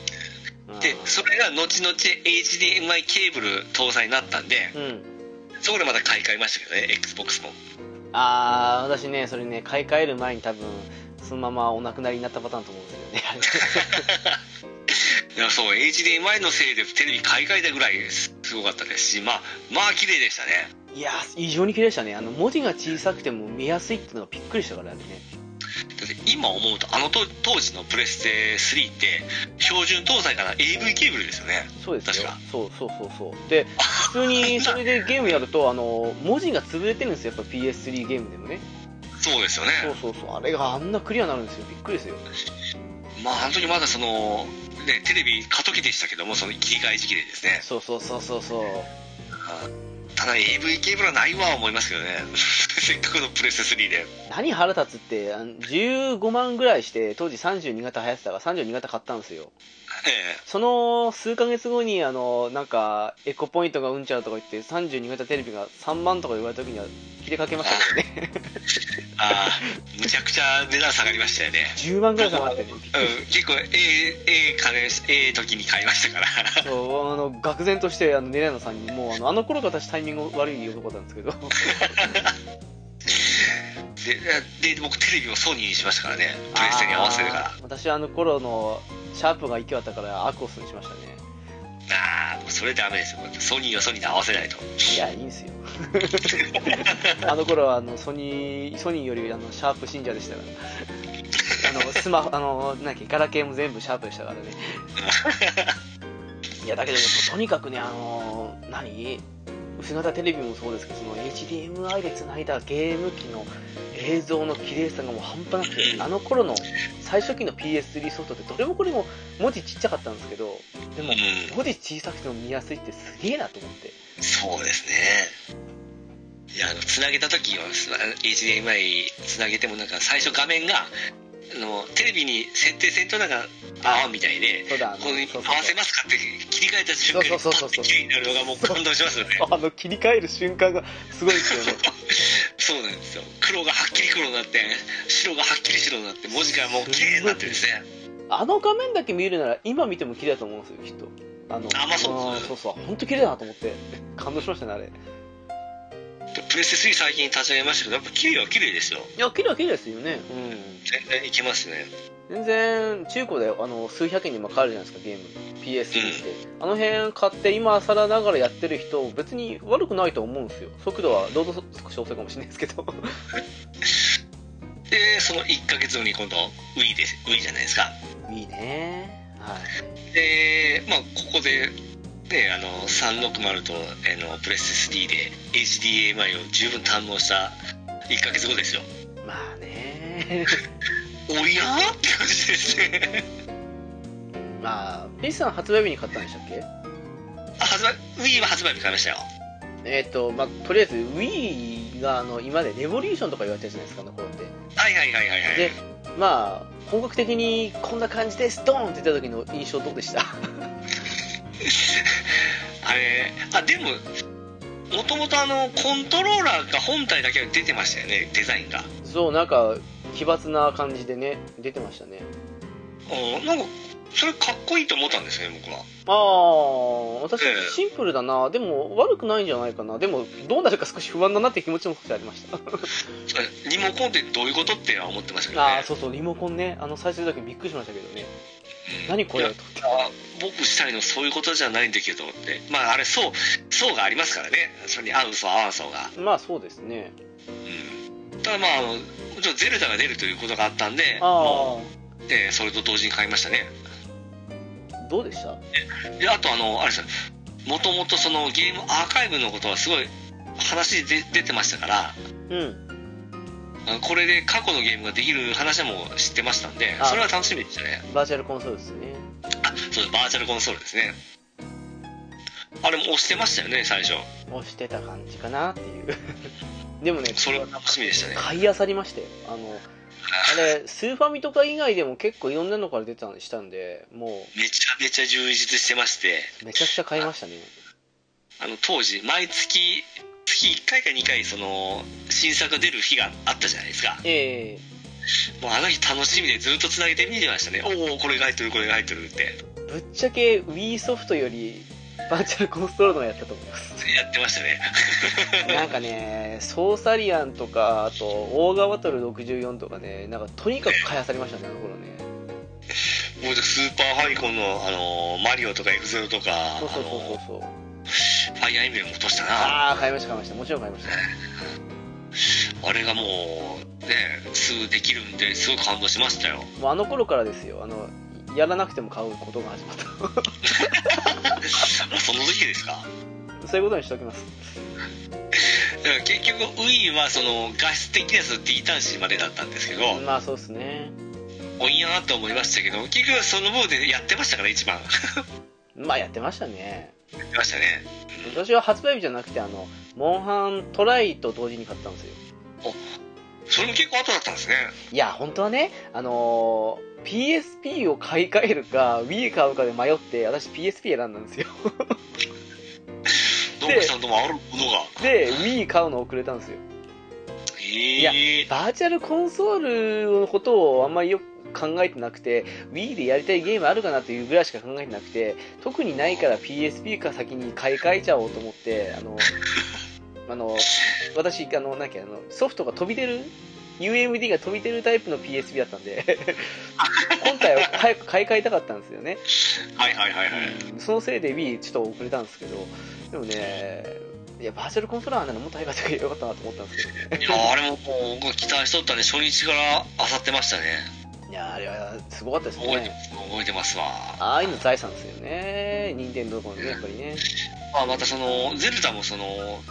B: でそれが後々 HDMI ケーブル搭載になったんで
A: うんうん
B: そこでまた買い替えましたけどね XBOX も
A: ああ私ねそれね買い替える前に多分そのままお亡くなりになったパターンと思うんですよね
B: いやそう HDMI のせいでテレビ買い替えたぐらいすすごかったですしまあまあ綺麗でしたね
A: いやー異常に綺麗でしたねあの文字が小さくても見やすいっていうのがびっくりしたからね
B: だって今思うとあのと当時のプレステ3って標準搭載から AV ケーブルですよね
A: そうですよ
B: 確
A: そうそうそうそうで普通 にそれでゲームやるとあの文字が潰れてるんですよやっぱ PS3 ゲームでもね
B: そうですよね
A: そうそうそうあれがあんなクリアになるんですよびっくりですよ
B: まああの時まだその、ね、テレビ過渡期でしたけどもその切り替え時期でですね
A: そうそうそうそうそう
B: ただ AV ケーブルはないわ思いますけどね せっかくのプレステ3で
A: 何腹立つってあの15万ぐらいして当時32型流行ってたから32型買ったんですよ
B: え
A: その数ヶ月後にあのなんかエコポイントがうんちゃうとか言って32型テレビが3万とか言われた時には切れかけましたけどね
B: えああむちゃくちゃ値段下がりましたよね
A: 10万ぐらい下がってね
B: うん結構ええええ金ええ時に買いましたから
A: そうあの愕然としてあのネレナさんにもうあのあの頃が私タイミング悪い男だったんですけど
B: でで僕テレビもソニーにしましたからねプレステに合わせるから
A: あー私あの頃のシャープが勢いあったからアクオスにしましたね
B: ああそれダメですよソニーはソニーで合わせないと
A: いや、いいんすよ。 あの頃はあのソニー、ソニーよりあのシャープ信者でしたから。あのスマホ、あ の、なんだっけ、ガラケーも全部シャープでしたからね。いや、だけど、ね、とにかくね、あの、何薄型テレビもそうですけど、その HDMI で繋いだゲーム機の映像の綺麗さがもう半端なくて、あの頃の最初期の PS3 ソフトってどれもこれも文字ちっちゃかったんですけど、でも、
B: う
A: 文字小さくても見やすいってすげえなと思って。
B: んそうですねいやあのつなげた時はす HDMI つなげてもなんか最初画面があのテレビに設定せんとなんか泡みたいで
A: そうだ、あの
B: これに
A: そ
B: 合
A: うそう
B: わ
A: そう
B: せますかって切り替えた瞬間にパ
A: そうそうそう
B: ッ
A: そ
B: て
A: う
B: 綺麗になるのがもう感動しますよね
A: あの切り替える瞬間がすごいですよ ね。
B: そうなんですよ黒がはっきり黒になって白がはっきり白になって文字がもう綺麗になってですね
A: あの画面だけ見るなら今見ても綺麗だと思うんですよ、きっと。あの、
B: あまあそうですね
A: んそうそう、本当綺麗だなと思って、感動しましたね、あれ。い
B: プレステ3最近立ち上げましたけどやっぱ綺麗は綺麗ですよ
A: や、綺麗は綺麗ですよね。
B: 全然いけますね
A: うん。全然、中古で、あの、数百円にも買えるじゃないですか、ゲーム。PS3 って。あの辺買って、今更ながらやってる人、別に悪くないと思うんですよ。速度は、ロード少し遅いかもしれないですけど。
B: でその1ヶ月後に今度 Wii です Wii じゃないですか
A: いいね。はい。
B: でまあここでねあの360とあのプレステ3で HDMI を十分堪能した1ヶ月後ですよ
A: まあね。
B: おやーって感じですね
A: まあ、ピースさん発売日に買ったんでしたっけ
B: あ発売 Wii は発売日買いましたよ
A: えっ、と、まあ、とりあえず Wii があの今までレボリューションとか言われてるじゃないですか、あの頃って。
B: はいはいはいはいはい
A: で、まあ本格的にこんな感じですドーンって言った時の印象どうでした
B: あれあでももともとあのコントローラーが本体だけ出てましたよねデザインが
A: そうなんか奇抜な感じでね出てましたね
B: おなんかそれかっこいいと思ったんですね僕は
A: ああ私
B: ええ
A: シンプルだなでも悪くないんじゃないかなでもどうなるか少し不安だなって気持ちも少しありました
B: それリモコンってどういうことっては思ってましたけどね
A: ああそうそうリモコンねあの最初の時びっくりしましたけどね
B: うん
A: 何これ
B: い
A: と
B: や
A: 思って
B: あ僕したいのそういうことじゃないんだけどってまああれ層層がありますからねそれに合う層合わん層が
A: まあそうですね
B: うんただまああのもちろんゼルダが出るということがあったんで
A: あ
B: う、でそれと同時に買いましたね
A: あどうでした
B: であとあのあれですよもともとそのゲームアーカイブのことはすごい話で出てましたから
A: うん
B: あのこれで過去のゲームができる話も知ってましたんで
A: あ
B: それは楽しみでしたね
A: バーチャルコンソールですね
B: あそうですバーチャルコンソールですねあれも押してましたよね最初
A: をしてた感じかなっていう でもね
B: それは楽しみでしたね
A: 買い漁りましてあのあれスーファミとか以外でも結構いろんなのから出たんしたんでも
B: めちゃめちゃ充実してまして
A: うめちゃくちゃ買いましたね
B: あの当時毎月月1回か2回その新作が出る日があったじゃないですか
A: ええ
B: もうあの日楽しみでずっとつなげて見てましたねおおこれが入ってるこれが入ってるって
A: ぶっちゃけ Wii ソフトよりバーチャルコンストロールの方がやったと思います
B: やってましたね
A: なんかねソーサリアンとかあとオーガバトル64とかねなんかとにかく買い漁りましたねあの頃ね
B: もうじゃあスーパーファミコンの、あのーマリオとか F ゼロとか
A: そうそうそうそう
B: あ
A: そう
B: のーファイアーエンブレムも落としたなあ
A: ああ買いました買いましたもちろん買いました
B: れがもうねすぐできるんですごい感動しましたよ
A: もうあの頃からですよあのやらなくても買うことが始まっ
B: もうその時ですか
A: たそういうことにしておきます
B: だから結局 Wii はその画質的なやつの D 端子までだったんですけど、
A: まあそうですね
B: おんやーと思いましたけど結局その分でやってましたから一番や
A: まあやってましたね
B: ってましたね
A: 私は発売日じゃなくてあのモンハントライと同時に買ったんですよ
B: それも結構後だったんですね
A: いや本当はねあのー PSP を買い替えるか Wii 買うかで迷って私 PSP 選んだんですよ
B: どうもさんともあるものが
A: で Wii 買うの遅れたんですよ
B: え
A: や
B: え
A: バーチャルコンソールのことをあんまりよく考えてなくて Wii でやりたいゲームあるかなというぐらいしか考えてなくて特にないから PSP か先に買い替えちゃおうと思ってあのあの私あのなんだっけあのソフトが飛び出る UMD が飛び出るタイプの PSP だったんで本体を早く買い替えたかったんですよね
B: はいはいはいはい、
A: そのせいで Wii ちょっと遅れたんですけどでもねいやバーチャルコンソーラーならもっと早かったからよかったなと思ったんですけどね
B: いやあれもこう僕は期待しとったんで初日からあさってましたね
A: いやあれはすごかったです
B: 覚えて
A: ね
B: ます覚えてますわ
A: ああいうの財産ですよね、任天堂のね、やっぱりね。
B: まあまたそのゼルダもその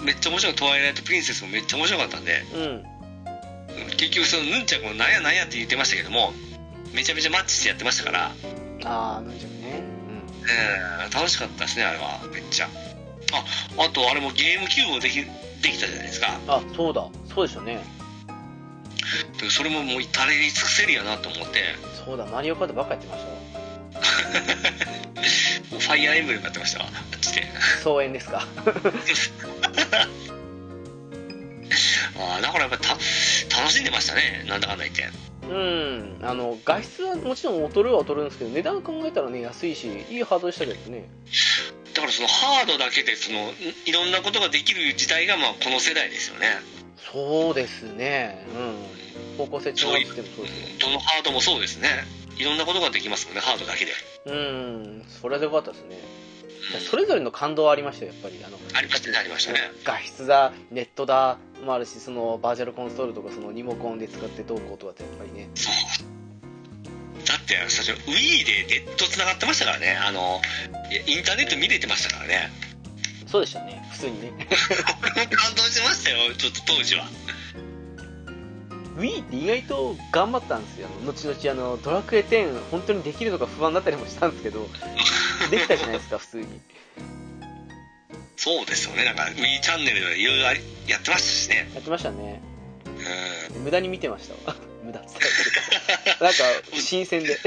B: めっちゃ面白いトワイライトプリンセスもめっちゃ面白かったんで
A: うん、
B: 結局そのヌンちゃんもなんやなんやって言ってましたけどもめちゃめちゃマッチしてやってましたから
A: ああ、なんじゃね。
B: えー楽しかったですねあれはめっちゃああとあれもゲームキューブもできできたじゃないですか
A: うん、あそうだ、そうでしたね。
B: でそれももう至れり尽くせりやなと思って
A: そうだ、マリオカートばっかやってましたわ
B: もうファイアーエンブレムやってましたわあっちで
A: 総演ですか。
B: あーだからやっぱた楽しんでましたねなんだかんだ言って
A: うん、あの、画質はもちろん劣るは劣るんですけど、値段考えたらね、安いし、いいハードでしたけどね。
B: だからそのハードだけでそのんいろんなことができる時代がまあこの世代ですよね
A: そうですね、うん。方向性調整してもそうですよ。
B: どのハードもそうですねいろんなことができますもんねハードだけで
A: うん、それでよかったですね。それぞれの感動はありましたよ、やっぱり。あの
B: ありましたねありましたね
A: 画質だ、ネットだもあるし、そのバーチャルコンソールとか、そのリモコンで使ってどうこうとかってやっぱりね、
B: そうだって最初 Wii でネット繋がってましたからねあのいやインターネット見れてましたからね
A: そうでしたね、普通にね。
B: 俺も感動しましたよちょっと当時は
A: Wii って意外と頑張ったんですよ、あの後々あの、ドラクエ10、本当にできるのか不安だったりもしたんですけど、できたじゃない ですか、普通に。
B: そうですよねなんか Wii チャンネルでいろいろありやってましたしね
A: やってましたね、
B: うん
A: 無駄に見てましたわ、無駄って言ったけどなんか、新鮮で。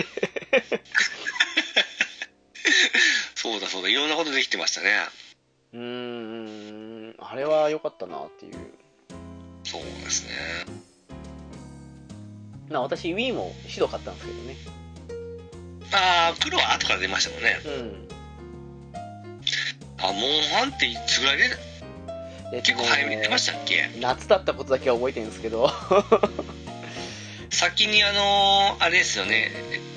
B: そうだそうだいろんなことできてましたね
A: うーん、あれは良かったなっていう。
B: そうですね
A: な私、Wii もシド買ったんですけどね。
B: ああ黒は後から出ましたもんね
A: うん。
B: あモンハンっていつぐらいで
A: えっと
B: 結構早めに出ましたっけ
A: 夏だったことだけは覚えてるんですけど。
B: 先にあのーあれですよね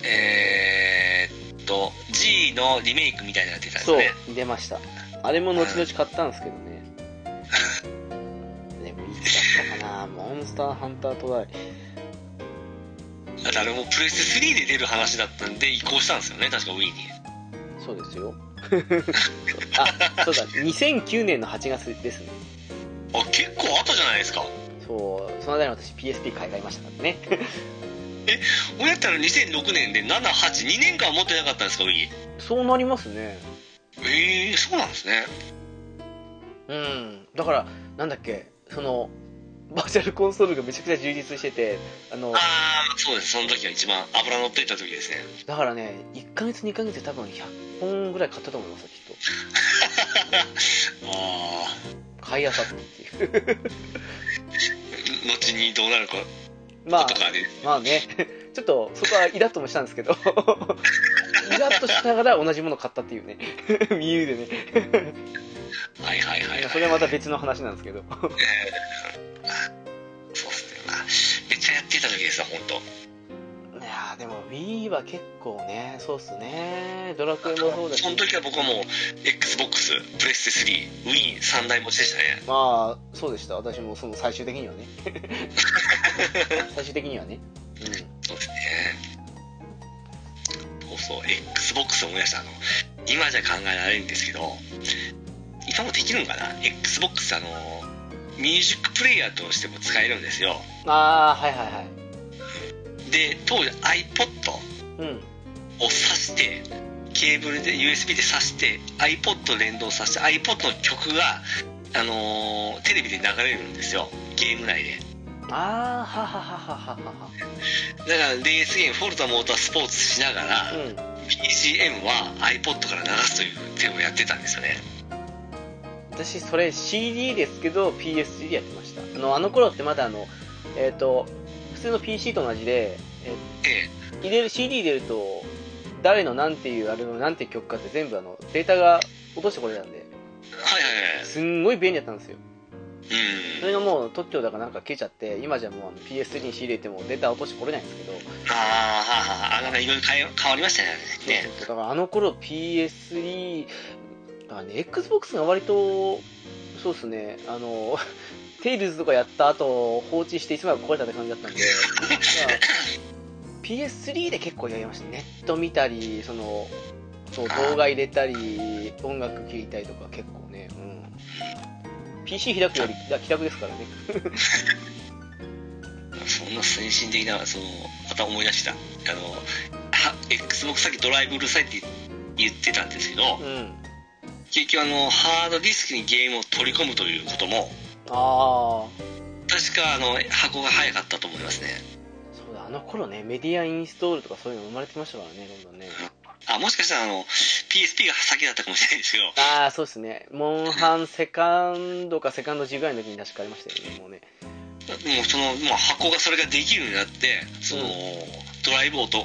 B: えーっと G のリメイクみたいなのが出たんです
A: そう
B: ね、
A: 出ました。あれも後々買ったんですけどね。でも、いつだったかな。モンスターハンタートライ。
B: だってあれもプレステ3で出る話だったんで移行したんですよね確か Wii に
A: そうですよ。 あ、そうだ、2009年の8月ですね。
B: あ結構あったじゃないですか
A: そう、その間に私 PSP 買い替えましたからね。
B: 俺やったら2006年で782年間持ってなかったんですか Wii
A: そうなりますね。
B: ええー、そうなんですね
A: うん。だから、なんだっけ、その、バーチャルコンソールがめちゃくちゃ充実してて、あの、
B: ああそうですその時が一番油乗っていた時ですね
A: だからね、1ヶ月2ヶ月で多分100本ぐらい買ったと思いますよ、きっ
B: ああ
A: と。買いあさったっていう。
B: 後にどうなるか
A: まあ
B: と、かね
A: まあね、 ちょっとそこはイラッともしたんですけ ど、イラッとしながら同じもの買ったっていうね、 理由でね。
B: はいはいはい、はい、
A: それはまた別の話なんですけど。
B: そうっすね、まあ、めっちゃやってた時ですよ、本当。
A: いやーでも Wii は結構ね、そうっすね。ドラクエもそうだし
B: そ。の時は僕はもう、Xbox、プレステ3、Wii、3台持ちでしたね。
A: まあ、そうでした。私もその最終的には ね。最終的にはね。
B: そうですね。そうそう、Xbox を思い出した。あの、今じゃ考えられるんですけど、今もできるのかな ?Xbox ってあの、ミュージックプレイヤーとしても使えるんですよ。
A: うん。ああ、はいはいはい。
B: で、当時 iPod
A: うん。
B: を挿して、ケーブルで USB で挿して iPod 連動させて iPod の曲が、あのーテレビで流れるんですよゲーム内で
A: ああ、はははははは。
B: だからレースゲームフォルタモータースポーツしながら、
A: うん。
B: BGM は iPod から流すという手をやってたんですよね
A: 私、それ CD ですけど、PSG でやってました。あの、あの頃ってまだあの、えっ、と、普通の PC と同じで、えー
B: え
A: 入れる CD 入れると誰のなんていうアルバムなんていう曲かって全部あのデータが落としてこれたんで
B: えはいはいはい
A: すんごい便利だったんですよそ
B: うん
A: れがもう特許だかなんか消えちゃって今じゃもうあの PS3 に仕入れてもデータ落としてこれないんですけど
B: ああはあはあなんかいろいろ変え変わりましたねね
A: そうそうそうだからあの頃 PS3 あね XBOX が割とそうですねあの テイルズとかやった後放置していつまでも壊れたって感じだったんで まあ PS3 で結構やりましたネット見たりそのそう動画入れたり音楽聴いたりとか結構ねうん PC 開くよりだ気楽ですからね
B: そんな先進的なそのまた思い出したあのは XBOX さっきドライブうるさいって言ってたんですけど、
A: うん
B: 結局あのハードディスクにゲームを取り込むということも
A: ああ
B: 確かあの箱が早かったと思いますね
A: そうだあの頃ねメディアインストールとかそういうの生まれてましたからねどんどんね
B: あもしかしたらあの PSP が先だったかもしれないですけど
A: ああ、そうですね。モンハンセカンドかセカンド G ぐらいの時に確かありましたよね、もうね。
B: もうそのもう箱がそれができるようになってその、
A: うん
B: ドライブ音音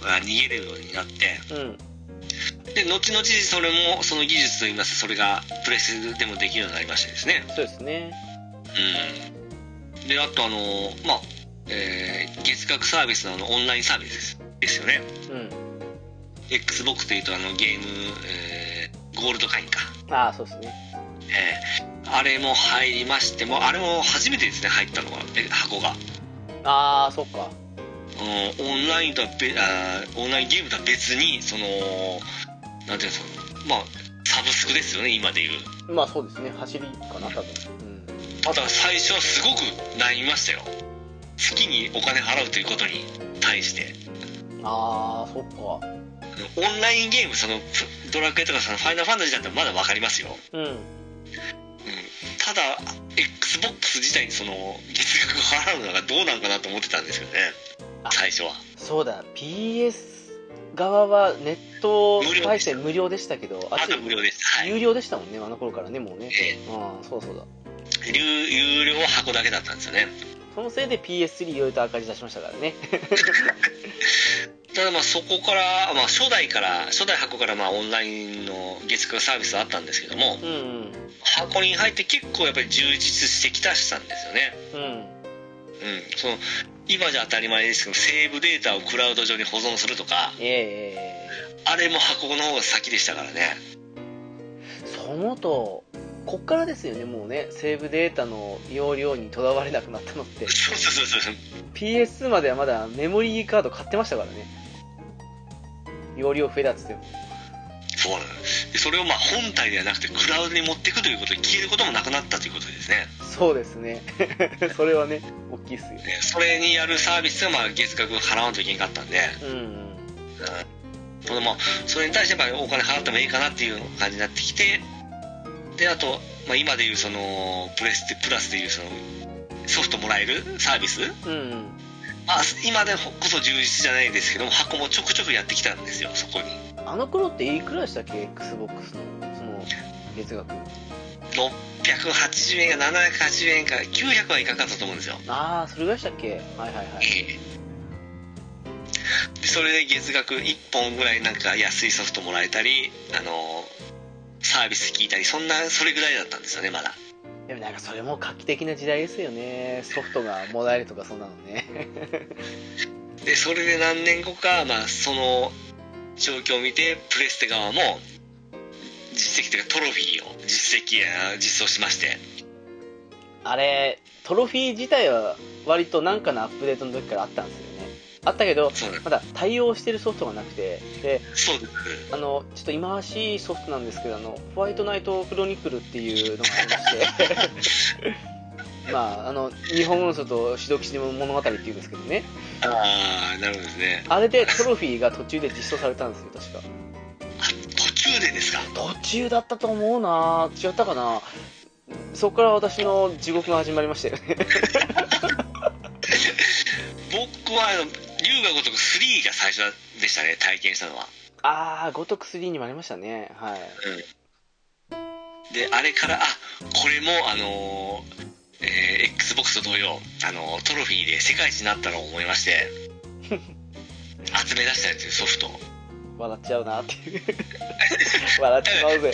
B: が逃げれるようになって
A: うん。
B: で後々それもその技術といいますかそれがプレスでもできるようになりましてですね
A: そうですね。
B: うんであとあのまあえー月額サービスのあのオンラインサービスですよね
A: うん。
B: XBOX というとあのゲーム、えーゴールド会員か、
A: ああ、そうですね。
B: えーあれも入りましてもうあれも初めてですね入ったのがえ箱が、
A: ああ、そっか。
B: うん、オンラインとはべあーオンラインゲームとは別にそのなんていうんですかまあサブスクですよね今でいう
A: まあそうですね。走りかな、多分。うん。
B: まあだから最初はすごく悩みましたよ好きにお金払うということに対して
A: ああ、そっか。
B: オンラインゲームそのドラクエとかそのファイナルファンタジーだったらまだ分かりますよ
A: うん。
B: ただ XBOX 自体にその月額を払うのがどうなんかなと思ってたんですよね最初は
A: そうだ PS 側はネット回線無料でしたけどあ
B: ま
A: っち
B: だ無料ですはい
A: 有料でしたもんねあの頃からねもうね
B: え
A: ああそうだそうだ
B: え有有料は箱だけだったんですよね
A: そのせいで PS3 いろいろと赤字出しましたからね
B: ただまあそこから、まあ、初代から初代箱からまあオンラインの月額サービスはあったんですけども
A: うんうん
B: 箱に入って結構やっぱり充実してきたしたんですよね
A: うん
B: うんその今じゃ当たり前ですけどセーブデータをクラウド上に保存するとか
A: ええええ
B: あれも箱の方が先でしたから ね
A: そのとこっからですよねもうねセーブデータの容量にとらわれなくなったのって
B: そうそうそうそう
A: PS2 まではまだメモリーカード買ってましたからね容量増えたっつっても
B: そうなのでそれをまあ本体ではなくてクラウドに持っていくということで消えることもなくなったということですね
A: そうですね それはね大きいっすよ
B: ねそれにやるサービスがまあ月額払わんといけなかったんで、
A: うん
B: うん、そのまあそれに対してやっぱりお金払ってもいいかなっていう感じになってきてであと、まあ、今でいうそのプレステプラスでいうそのソフトもらえるサービス、
A: うんうん
B: まあ、今でこそ充実じゃないですけども箱もちょくちょくやってきたんですよそこに
A: あの頃っていくらでしたっけ XBOX のその月額
B: 680円か780円か900はいかなかったと思うんですよ
A: ああそれぐらいでしたっけはいはいはい
B: ええでそれで月額1本ぐらいなんか安いソフトもらえたりあのサービス聞いたりそんなそれぐらいだったんですよねまだ
A: でもなんかそれも画期的な時代ですよねソフトがもらえるとかそんなのね
B: でそれで何年後か、まあ、その状況を見てプレステ側も実績というかトロフィーを実績や実装しまして
A: あれトロフィー自体は割となんかのアップデートの時からあったんですよねあったけど
B: そうなん
A: まだ対応してるソフトがなくてで
B: そうです
A: あのちょっと忌まわしいソフトなんですけどあのホワイトナイトクロニクルっていうのがありまして まああの日本語のすると「シドキシの物語」っていうんですけどね
B: ああなるほどですね
A: あれでトロフィーが途中で実装されたんですよ確か
B: 途中でですか
A: 途中だったと思うな違ったかなそこから私の地獄が始まりましたよね
B: 僕はあの龍が如く3が最初でしたね体験したのは
A: ああごとく3にもありましたねはい
B: であれからあこれもあのーえー XBOX と同様、あのートロフィーで世界一になったのを思いまして 集め出したんですよソフトを
A: 笑っちゃうなっていう 笑っちまうぜ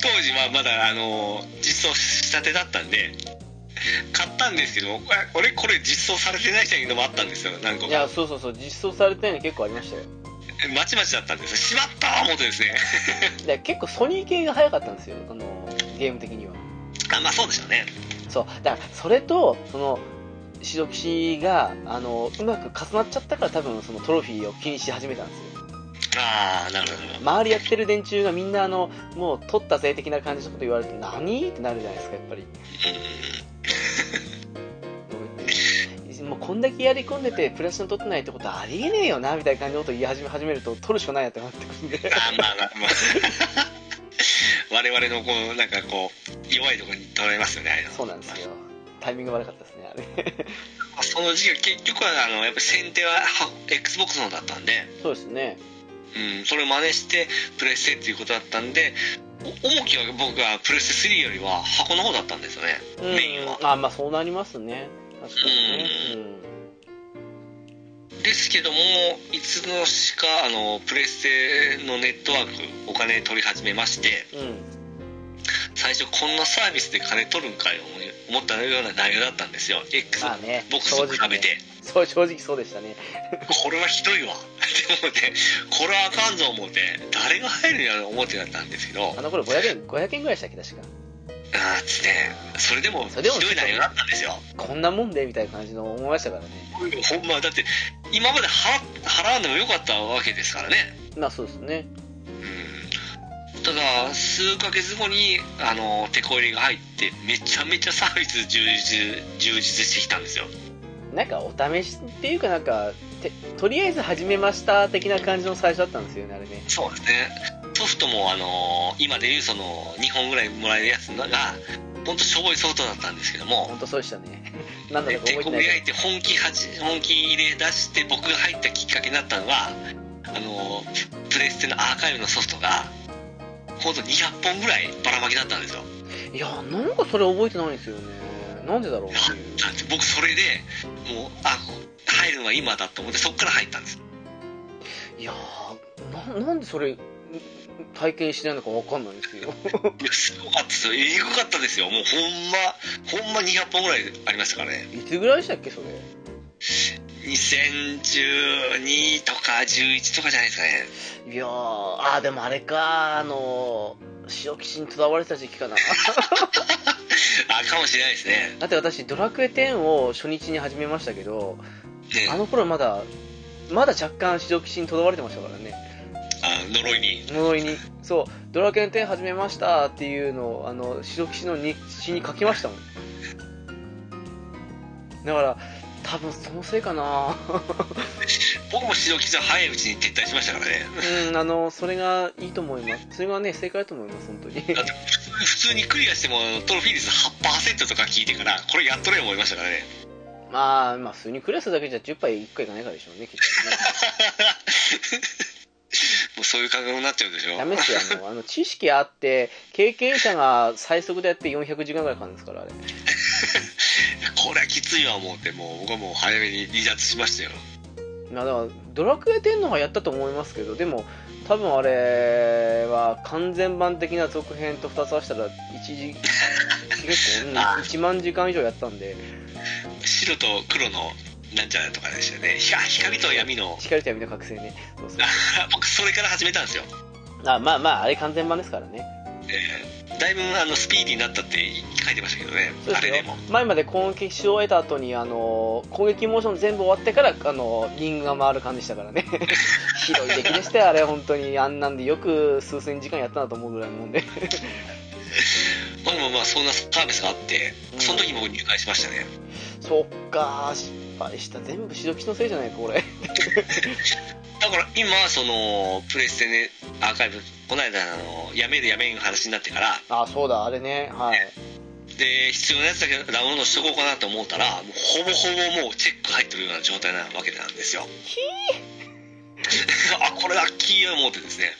B: 当時はまだ、あのー実装したてだったんで買ったんですけどもあ俺これ実装されてない人のもあったんですよ何個
A: い
B: か
A: やそうそうそう実装されたような結構ありましたよ
B: まちまちだったんですよしまったー思ってですね
A: で結構ソニー系が早かったんですよあのゲーム的には
B: あまあそうでしょうね
A: そうだからそれとそのシドキシがあのうまく重なっちゃったから多分そのトロフィーを気にし始めたんですよ
B: ああなるほどなるほど
A: 周りやってる電柱がみんなあのもう取ったぜ的な感じのこと言われて何ってなるじゃないですかやっぱりもうこんだけやり込んでてプラスの取ってないってことはありえねえよなみたいな感じのことを言い始め始めると取るしかないなってなってくるんで
B: あまあまあまあ我々のこうなんかこう弱いところに捉えますよねああいうの
A: そうなんですよタイミング悪かったですねあれ
B: その時期結局はあのやっぱり先手はは XBOX の方だったんで、
A: そうですね
B: うん、それを真似してプレステっていうことだったんでお重きは僕はプレステ3よりは箱の方だったんですよねメインは
A: うんあまあそうなりますね確かにね
B: ですけどもいつのしかあのプレステのネットワークお金取り始めまして
A: うん、うん
B: 最初こんなサービスで金取るんかい思思ったような内容だったんですよ
A: まあね
B: XBOX と比べて、
A: そう正直そうでしたね
B: これはひどいわ でもねこれはあかんぞ思って誰が入るんやろ思ってなったんですけど
A: あの頃500円500円ぐらいでしたっけ確か
B: あーつってそれでもひ
A: それでも
B: どい内容だったんですよ
A: こんなもんでみたいな感じの思いましたからね
B: ほんまだって今まで払払わんでもよかったわけですからね
A: まあそうですね
B: うんただ数ヶ月後にあの手こ入れが入ってめちゃめちゃサービス充実充実してきたんですよ
A: なんかお試しっていうかなんかてとりあえず始めました的な感じの最初だったんですよねあれね
B: そうですねソフトもあの今でいうその2本ぐらいもらえるやつがほんとしょぼいソフトだったんですけども
A: 本当そうでしたねなんだ
B: で
A: か覚え
B: 手
A: て
B: こ
A: な
B: ぐ
A: い
B: らいて本気はじ本気入れ出して僕が入ったきっかけになったのはあのプレステのアーカイブのソフトがほんと200本ぐらいばらまきだったんですよ
A: いやなんかそれ覚えてないんですよねなんでだろうっていう
B: だって僕それでもうあ入るのは今だと思ってそっから入ったんです
A: いやーななんでそれん体験してないのかわかんないんですよ
B: いやすごかったですよえぐかったですよもうほんまほんま200本ぐらいありましたからね
A: いつぐらいでしたっけそれ
B: 2012とか11とかじゃないですかね
A: いやーあーでもあれかあのー塩騎士にとらわれてた時期かな
B: あかもしれないですね
A: だって私ドラクエ10を初日に始めましたけど
B: ね
A: あの頃まだまだ若干塩騎士にとらわれてましたからね
B: あ呪いに
A: 呪いにそう「ドラクエ10始めました」っていうのをあの白騎士の日誌に書きましたもんだから多分そのせいかな
B: 僕も指導基準早いうちに撤退しましたからね
A: うんあのそれがいいと思いますそれがね正解だと思います本当に
B: だって普通普通にクリアしてもトロフィー率8%とか聞いてからこれやっとれ思いましたからね
A: まあまあ普通にクリアするだけじゃ10杯1個いかないからでしょうねきっと
B: もうそういう感覚になっちゃうでしょ
A: ねダメですよあのあの知識あって経験者が最速でやって400時間ぐらいかかるんですからあれ
B: これはきついわ思ってもう僕はもう早めに離脱しましたよ
A: まあ、だからドラクエ10の方がやったと思いますけどでも多分あれは完全版的な続編と2つ合わせたら1時結構、うん、1万時間以上やったんで
B: 白と黒のなんちゃらとかでしたよねひ光と闇の
A: 光と闇の覚醒ねそうそう
B: 僕それから始めたんですよ、
A: あまあまああれ完全版ですからね
B: えーだいぶあのスピーディーになったって書いてましたけどね
A: そうで
B: あ
A: す
B: れ
A: よ
B: でも
A: 前まで攻撃し終えた後にあの攻撃モーション全部終わってからあのリングが回る感じでした からねひどい出来でしたよあれ本当にあんなんでよく数千時間やったなと思うぐらいもん で
B: まあまあまあそんなサービスがあってその時も入会しましたね
A: そっか失敗した全部しどきのせいじゃないかこれ
B: だから今そのプレステねアーカイブこの間あのやめるやめん話になってから
A: あそうだあれねはい
B: で必要なやつだけダウンロードしとこうかなと思ったらもうほぼほぼもうチェック入ってるような状態なわけなんですよ あこれラッキーや思ってですね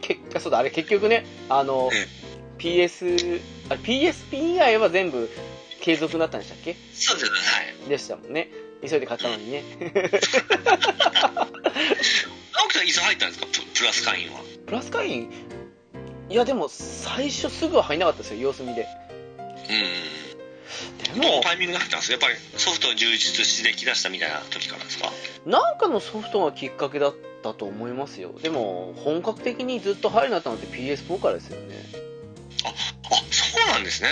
A: 結果そうだあれ結局ねあの
B: え
A: PS あ PSP 以外は全部継続になったんでしたっけ
B: そうですねはい
A: でしたもんね急いで買ったのにね、
B: 青木さんいつ入ったんですかププラス会員は
A: プラス会員いやでも最初すぐは入んなかったですよ様子見で
B: うん
A: で
B: どの
A: も
B: タイミングだったんですかやっぱりソフトを充実してきだしたみたいな時からですか
A: なんかのソフトがきっかけだったと思いますよでも本格的にずっと入るようになったのって PS4 からですよね
B: あそうなんですね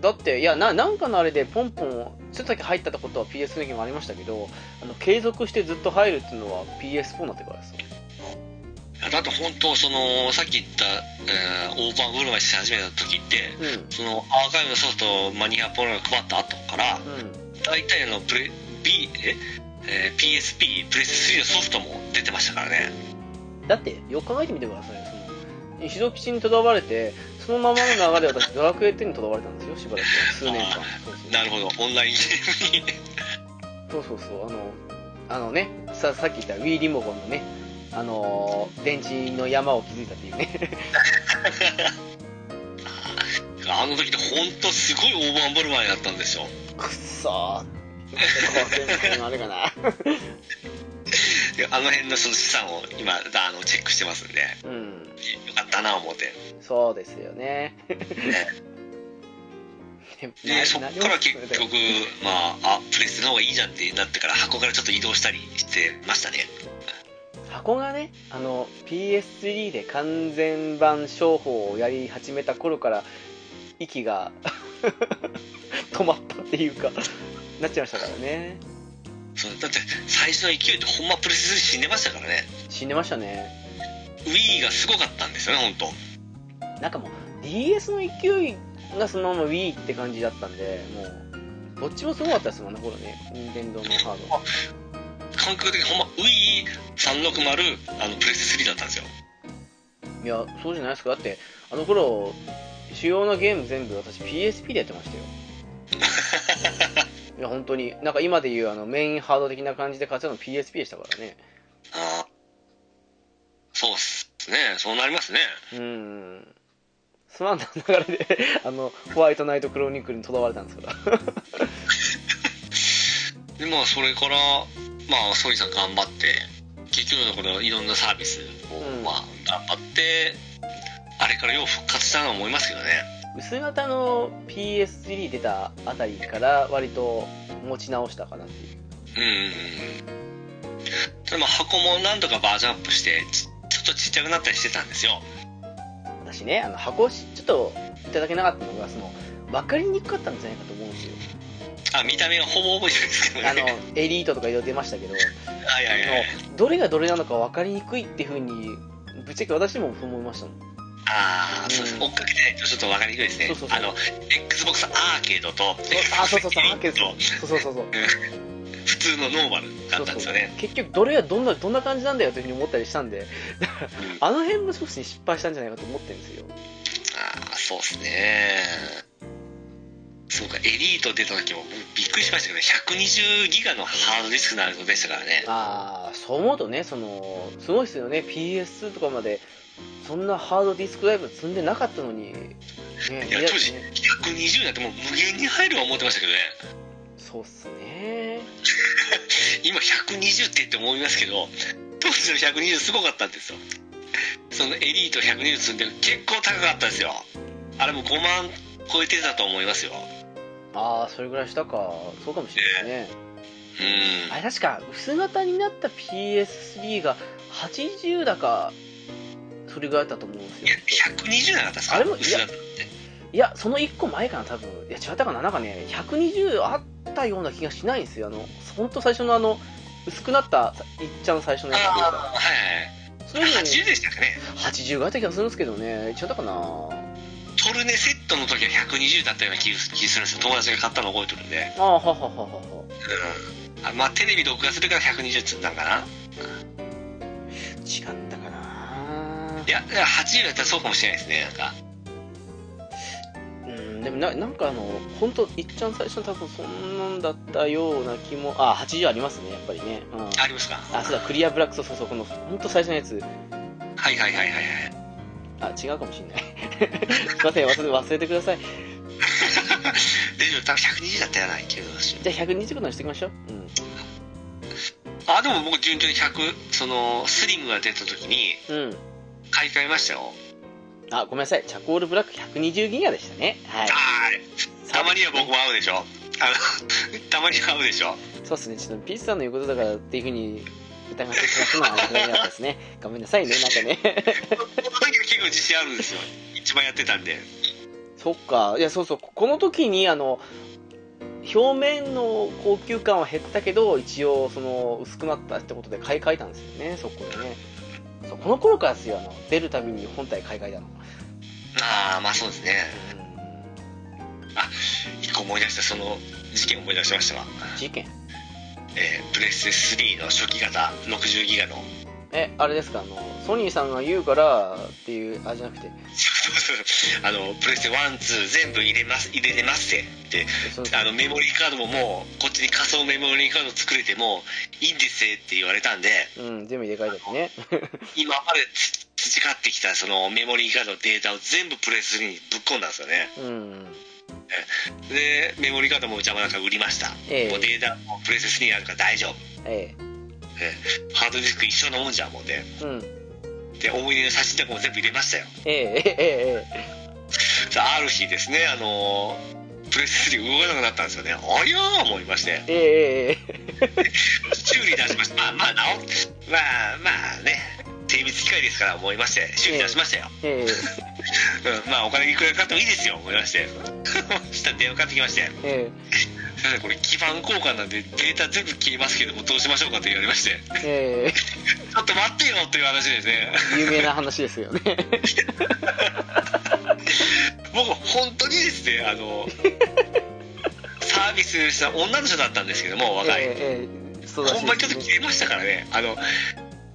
A: だっていやななんかのあれでポンポンちょっとだけ入ったことは PS の時もありましたけどあの継続してずっと入るっていうのは PS4 になってからですよ
B: いやだって本当そのさっき言った、えーオーバーグルマし始めた時って
A: う
B: そのアーカイブのソフトマニアポロが配った後から
A: んうん
B: 大体あのプレ B ええー PSP プレステ3のソフトも出てましたからね
A: だってよく考えてみてくださいよその一度吉にとどわれてそのままの流れで私ドラクエ10にとどわれたんですよしばらく数年間そうそう
B: なるほどオンラインゲームに
A: そうそうそうあのあのねささっき言った Wii リモコンのねあのー電池の山を築いたっていう ね
B: あの時って本当すごいオーバーグルマになったんですよ
A: くっそー全部あれかな
B: いやあの辺のその資産を今あのチェックしてますんで
A: うん
B: よかったな思って
A: そうですよね。ね
B: でそっから結局まああプレステの方がいいじゃんってなってから箱からちょっと移動したりしてましたね
A: 箱がねあの PS3 で完全版商法をやり始めた頃から息が 止まったっていうかなっちゃいましたからね
B: そうだって最初の勢いってほんまプレステ3死んでましたからね
A: 死んでましたね
B: Wii がすごかったんですよね本当
A: なんかもう DS の勢いがそのまま Wii って感じだったんでもうどっちもすごかったですもんねこれね任天堂のハード
B: 感覚的にほんま Wii360 あのプレステ3だったんですよ
A: いやそうじゃないですかだってあの頃主要なゲーム全部私 PSP でやってましたよいや本当になんか今でいうあのメインハード的な感じで買ってたの PSP でしたからね
B: あーそうっすね。そうなりますね。
A: うーんそのあんな流れであのホワイトナイトクロニクルにとどわれたんですから
B: で、まあ、それから、まあ、ソニーさん頑張って、結局のこのいろんなサービスを、
A: うん
B: まあ、頑張って、あれからよう復活したと思いますけどね。
A: 薄型の PS3 出たあたりから割と持ち直したかなっていう
B: うんうんうん。でも箱も何度かバージョンアップして、ちちょっとちっちゃくなったりしてたんですよ。
A: 私ねあの箱しちょっといただけなかったのがその分かりにくかったんじゃないかと思うんですよ
B: あ、見た目はほぼ覚えてるんですけどね。
A: あのエリートとかいろいろ出ましたけど
B: はいはいはい。
A: あのどれがどれなのか分かりにくいっていうふうにぶっちゃけ私もそう思いましたもん
B: ああ、そうです
A: う
B: ね
A: ん
B: 追っかけてないとちょっと分かりにくいですね。
A: そうそうそう
B: あの、Xbox アーケードと、
A: あそうそうそう
B: Xbox
A: アーケードそうそうそうそう
B: 普通のノーマルだ
A: そう
B: ったんです
A: そ
B: よ
A: う
B: ね。
A: 結局どれがどんなどんな感じなんだよというふうに思ったりしたんで
B: うん
A: あの辺も少し失敗したんじゃないかと思ってるんですよ
B: ああ、そうですね。そうか、エリート出た時も僕びっくりしましたけど、120ギガのハードディスクのあるのでしたからね。
A: ああそう思うとねそのすごいですよね PS2 とかまでそんなハードディスクライブ積んでなかったのにね
B: いや、
A: リアル
B: 当時
A: ね
B: 120なんてもう無限に入るは思ってましたけどね。
A: そうっすね
B: 今120って言って思いますけど、当時の120すごかったんですよ。そのエリート120積んでる結構高かったですよ。あれも5万超えてたと思いますよ。
A: ああそれぐらいしたかそうかもしれないね
B: うん
A: あ。れ確か薄型になった PS3 が80だかそれぐらいだったと思うんですよ
B: いや、
A: きっと
B: 120なかったですか
A: あれもいや
B: 薄だったって。
A: いやその1個前かな多分いや違ったかななんかね120あったような気がしないんですよあのほんと最初のあの薄くなったいっちゃんの最初の
B: あ
A: やつというか
B: あ、はい
A: それよ
B: はい。
A: り
B: 80でしたかね。
A: 80があった気がするんですけどね違ったかな
B: トルネセットの時は120だったような気がす気がするんですよ。友達が買ったの覚えてるんで。
A: ああははははは
B: うん。あまあ、テレビ録画するから120っつったんかな。
A: 違ったかない
B: や、いや80だったらそうかもしれないですね、なんか。
A: うんでもななんかあの本当いっちゃん最初の多分そんなんだったような気もあ80ありますねやっぱりね、うん、
B: ありますか
A: あそうだクリアブラックそうそうそうこのほんと最初のやつ
B: はいはいはいはいはい。
A: あ違うかもしれない すいません忘れ忘れてください
B: 大丈夫、多分120だったような気がする。
A: じゃあ120個のにしていきましょううん
B: あ、でも僕順調に100、その、スリムが出た時に
A: うん。
B: 買い替えましたよ。
A: あ、ごめんなさい。チャコールブラック120ギガでしたね。はい。
B: はい。たまには僕も合うでしょ。あの、 たまには合うでしょ。
A: そうですね。ちょっとピッツさんの言うことだからっていうふうに歌いましてしまったのは間違いなかったですね。 ごめんなさいね。なんかね。
B: この時は結構自信あるんですよ。一番やってたんで。
A: そっか。いや、そうそう。この時に、あの、表面の高級感は減ったけど、一応、その、薄くなったってことで買い替えたんですよね。そこでね。そうこの頃からですよ。あの、出るたびに本体買い替えたの。
B: ああ、まあそうですね。
A: う
B: 一個思い出した、その事件思い出しましたわ。
A: ん。事件
B: えー、プレステ3の初期型60ギガの。
A: え、あれですか。あの、ソニーさんが言うからっていう、あれじゃなくて。
B: あの、プレステ1、2全部入れます、入れれますって。
A: そ
B: あのメモリーカードももうこっちに仮想メモリーカード作れてもいいんですって言われたんで
A: うん、全部入れ替えたやつね。
B: 今までつ培ってきたそのメモリーカードのデータを全部プレスにぶっ込んだんですよね
A: うん。
B: でメモリーカードも邪魔なんか売りました、
A: ええ
B: もうデータもプレスにあるから大丈夫
A: え
B: ハードディスク一緒なもんじゃんもうね
A: え。うん。
B: で思い出の写真とかも全部入れましたよ
A: ええ、ええ、ええ。
B: さあある日ですねあのープレス3動かなくなったんですよねありゃー思いまして
A: ええ、ええ、え
B: 修理出しました。まあまあ直っ、まあまあね、精密機械ですから思いまして、修理出しましたよ。
A: え、ええ、
B: うん、まあお金いくらかかってもいいですよ、思いまして。 そしたら電話かかってきまして、
A: え
B: すいませんこれ基盤交換なんでデータ全部消えますけどもどうしましょうかと言われまして、
A: え、ええ。
B: ちょっと待ってよという話でですね、
A: 有名な話ですよね。
B: 僕本当にですね、あの、サービスした女の人だったんですけども、若い。
A: ええ、ええ。そうらし
B: ほ
A: い
B: ん
A: で
B: まにちょっと
A: すね
B: 消えましたからね、あの、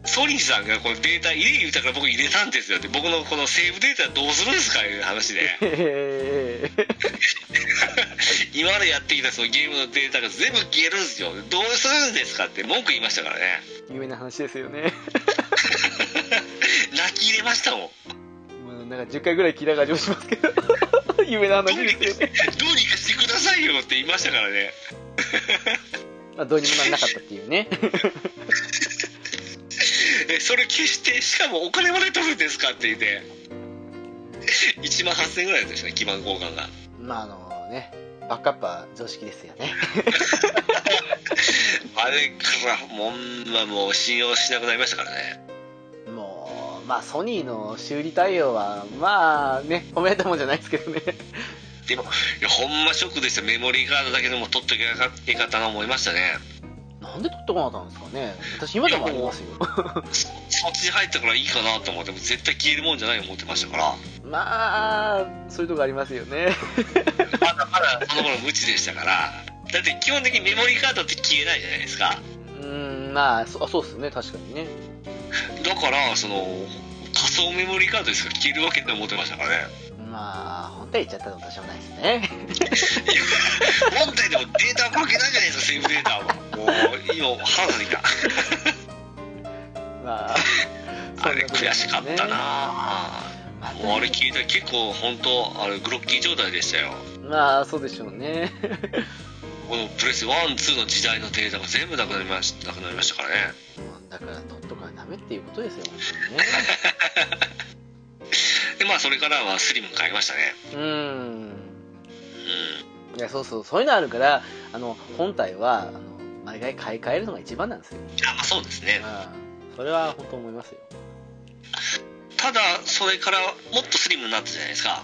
B: ソニーさんがこれデータ入れ言うたから僕入れたんですよって僕のこのセーブデータどうするんですかいう話で
A: え
B: 今までやってきたそのゲームのデータが全部消えるんですよどうするんですかって文句言いましたからね
A: 有名な話ですよね。
B: 泣き入れましたもん
A: もうなんか10回ぐらい聞いた感じもしますけど、 有名な
B: どう
A: 話
B: に
A: で
B: かし
A: す
B: て
A: よね。
B: どうにかしてくださいよって言いましたからね
A: まあ、どうにもならなかったっていうね。
B: えそれ消してしかもお金まで取るんですかって言って1万8000円ぐらいでしたね基盤交換が
A: まあ、あのね、バックアップは常識ですよね。
B: あれからもうほんまもう信用しなくなりましたからね
A: もう、まあ、ソニーの修理対応は、まあね、褒められたもんじゃないですけどね。
B: でもいやほんまショックでしたメモリーカードだけでも取っときゃよかったな思いましたね
A: なんで取ってこなかったんですかね。私、今でもありますよ。
B: そそっちに入ったからいいかなと思ってもう絶対消えるもんじゃない思ってましたから
A: まあ、そういうとこありますよね。
B: まだまだその頃無知でしたからだって基本的にメモリーカードって消えないじゃないですか
A: うん、まあ、そあそうっすね、確かにね。
B: だからその仮想メモリーカードですから消えるわけって思ってましたからね
A: まあ、本体言っちゃったのもしょうがないですね。
B: 本体でもデータは関係ないじゃないですかセーブデータはもう今腹が出てきた
A: まあ、
B: あれ悔しかったなあ
A: まあ。
B: もうあれ聞いたら結構本当あれグロッキー状態でしたよ
A: まあ、そうでしょうね。
B: このプレス12の時代のデータが全部なくなりましなくなりましたからね
A: だから、取っとかダメっていうことですよ、本
B: でまあそれからはスリム買いましたね
A: 当にね。うん。
B: う
A: いや、そうそう、そういうのあるから、あの、本体は、あの、毎回買い替えるのが一番なんですよ。
B: んあまあそうですね
A: うん。それは本当思いますよ。
B: ただそれからもっとスリムになったじゃないですか、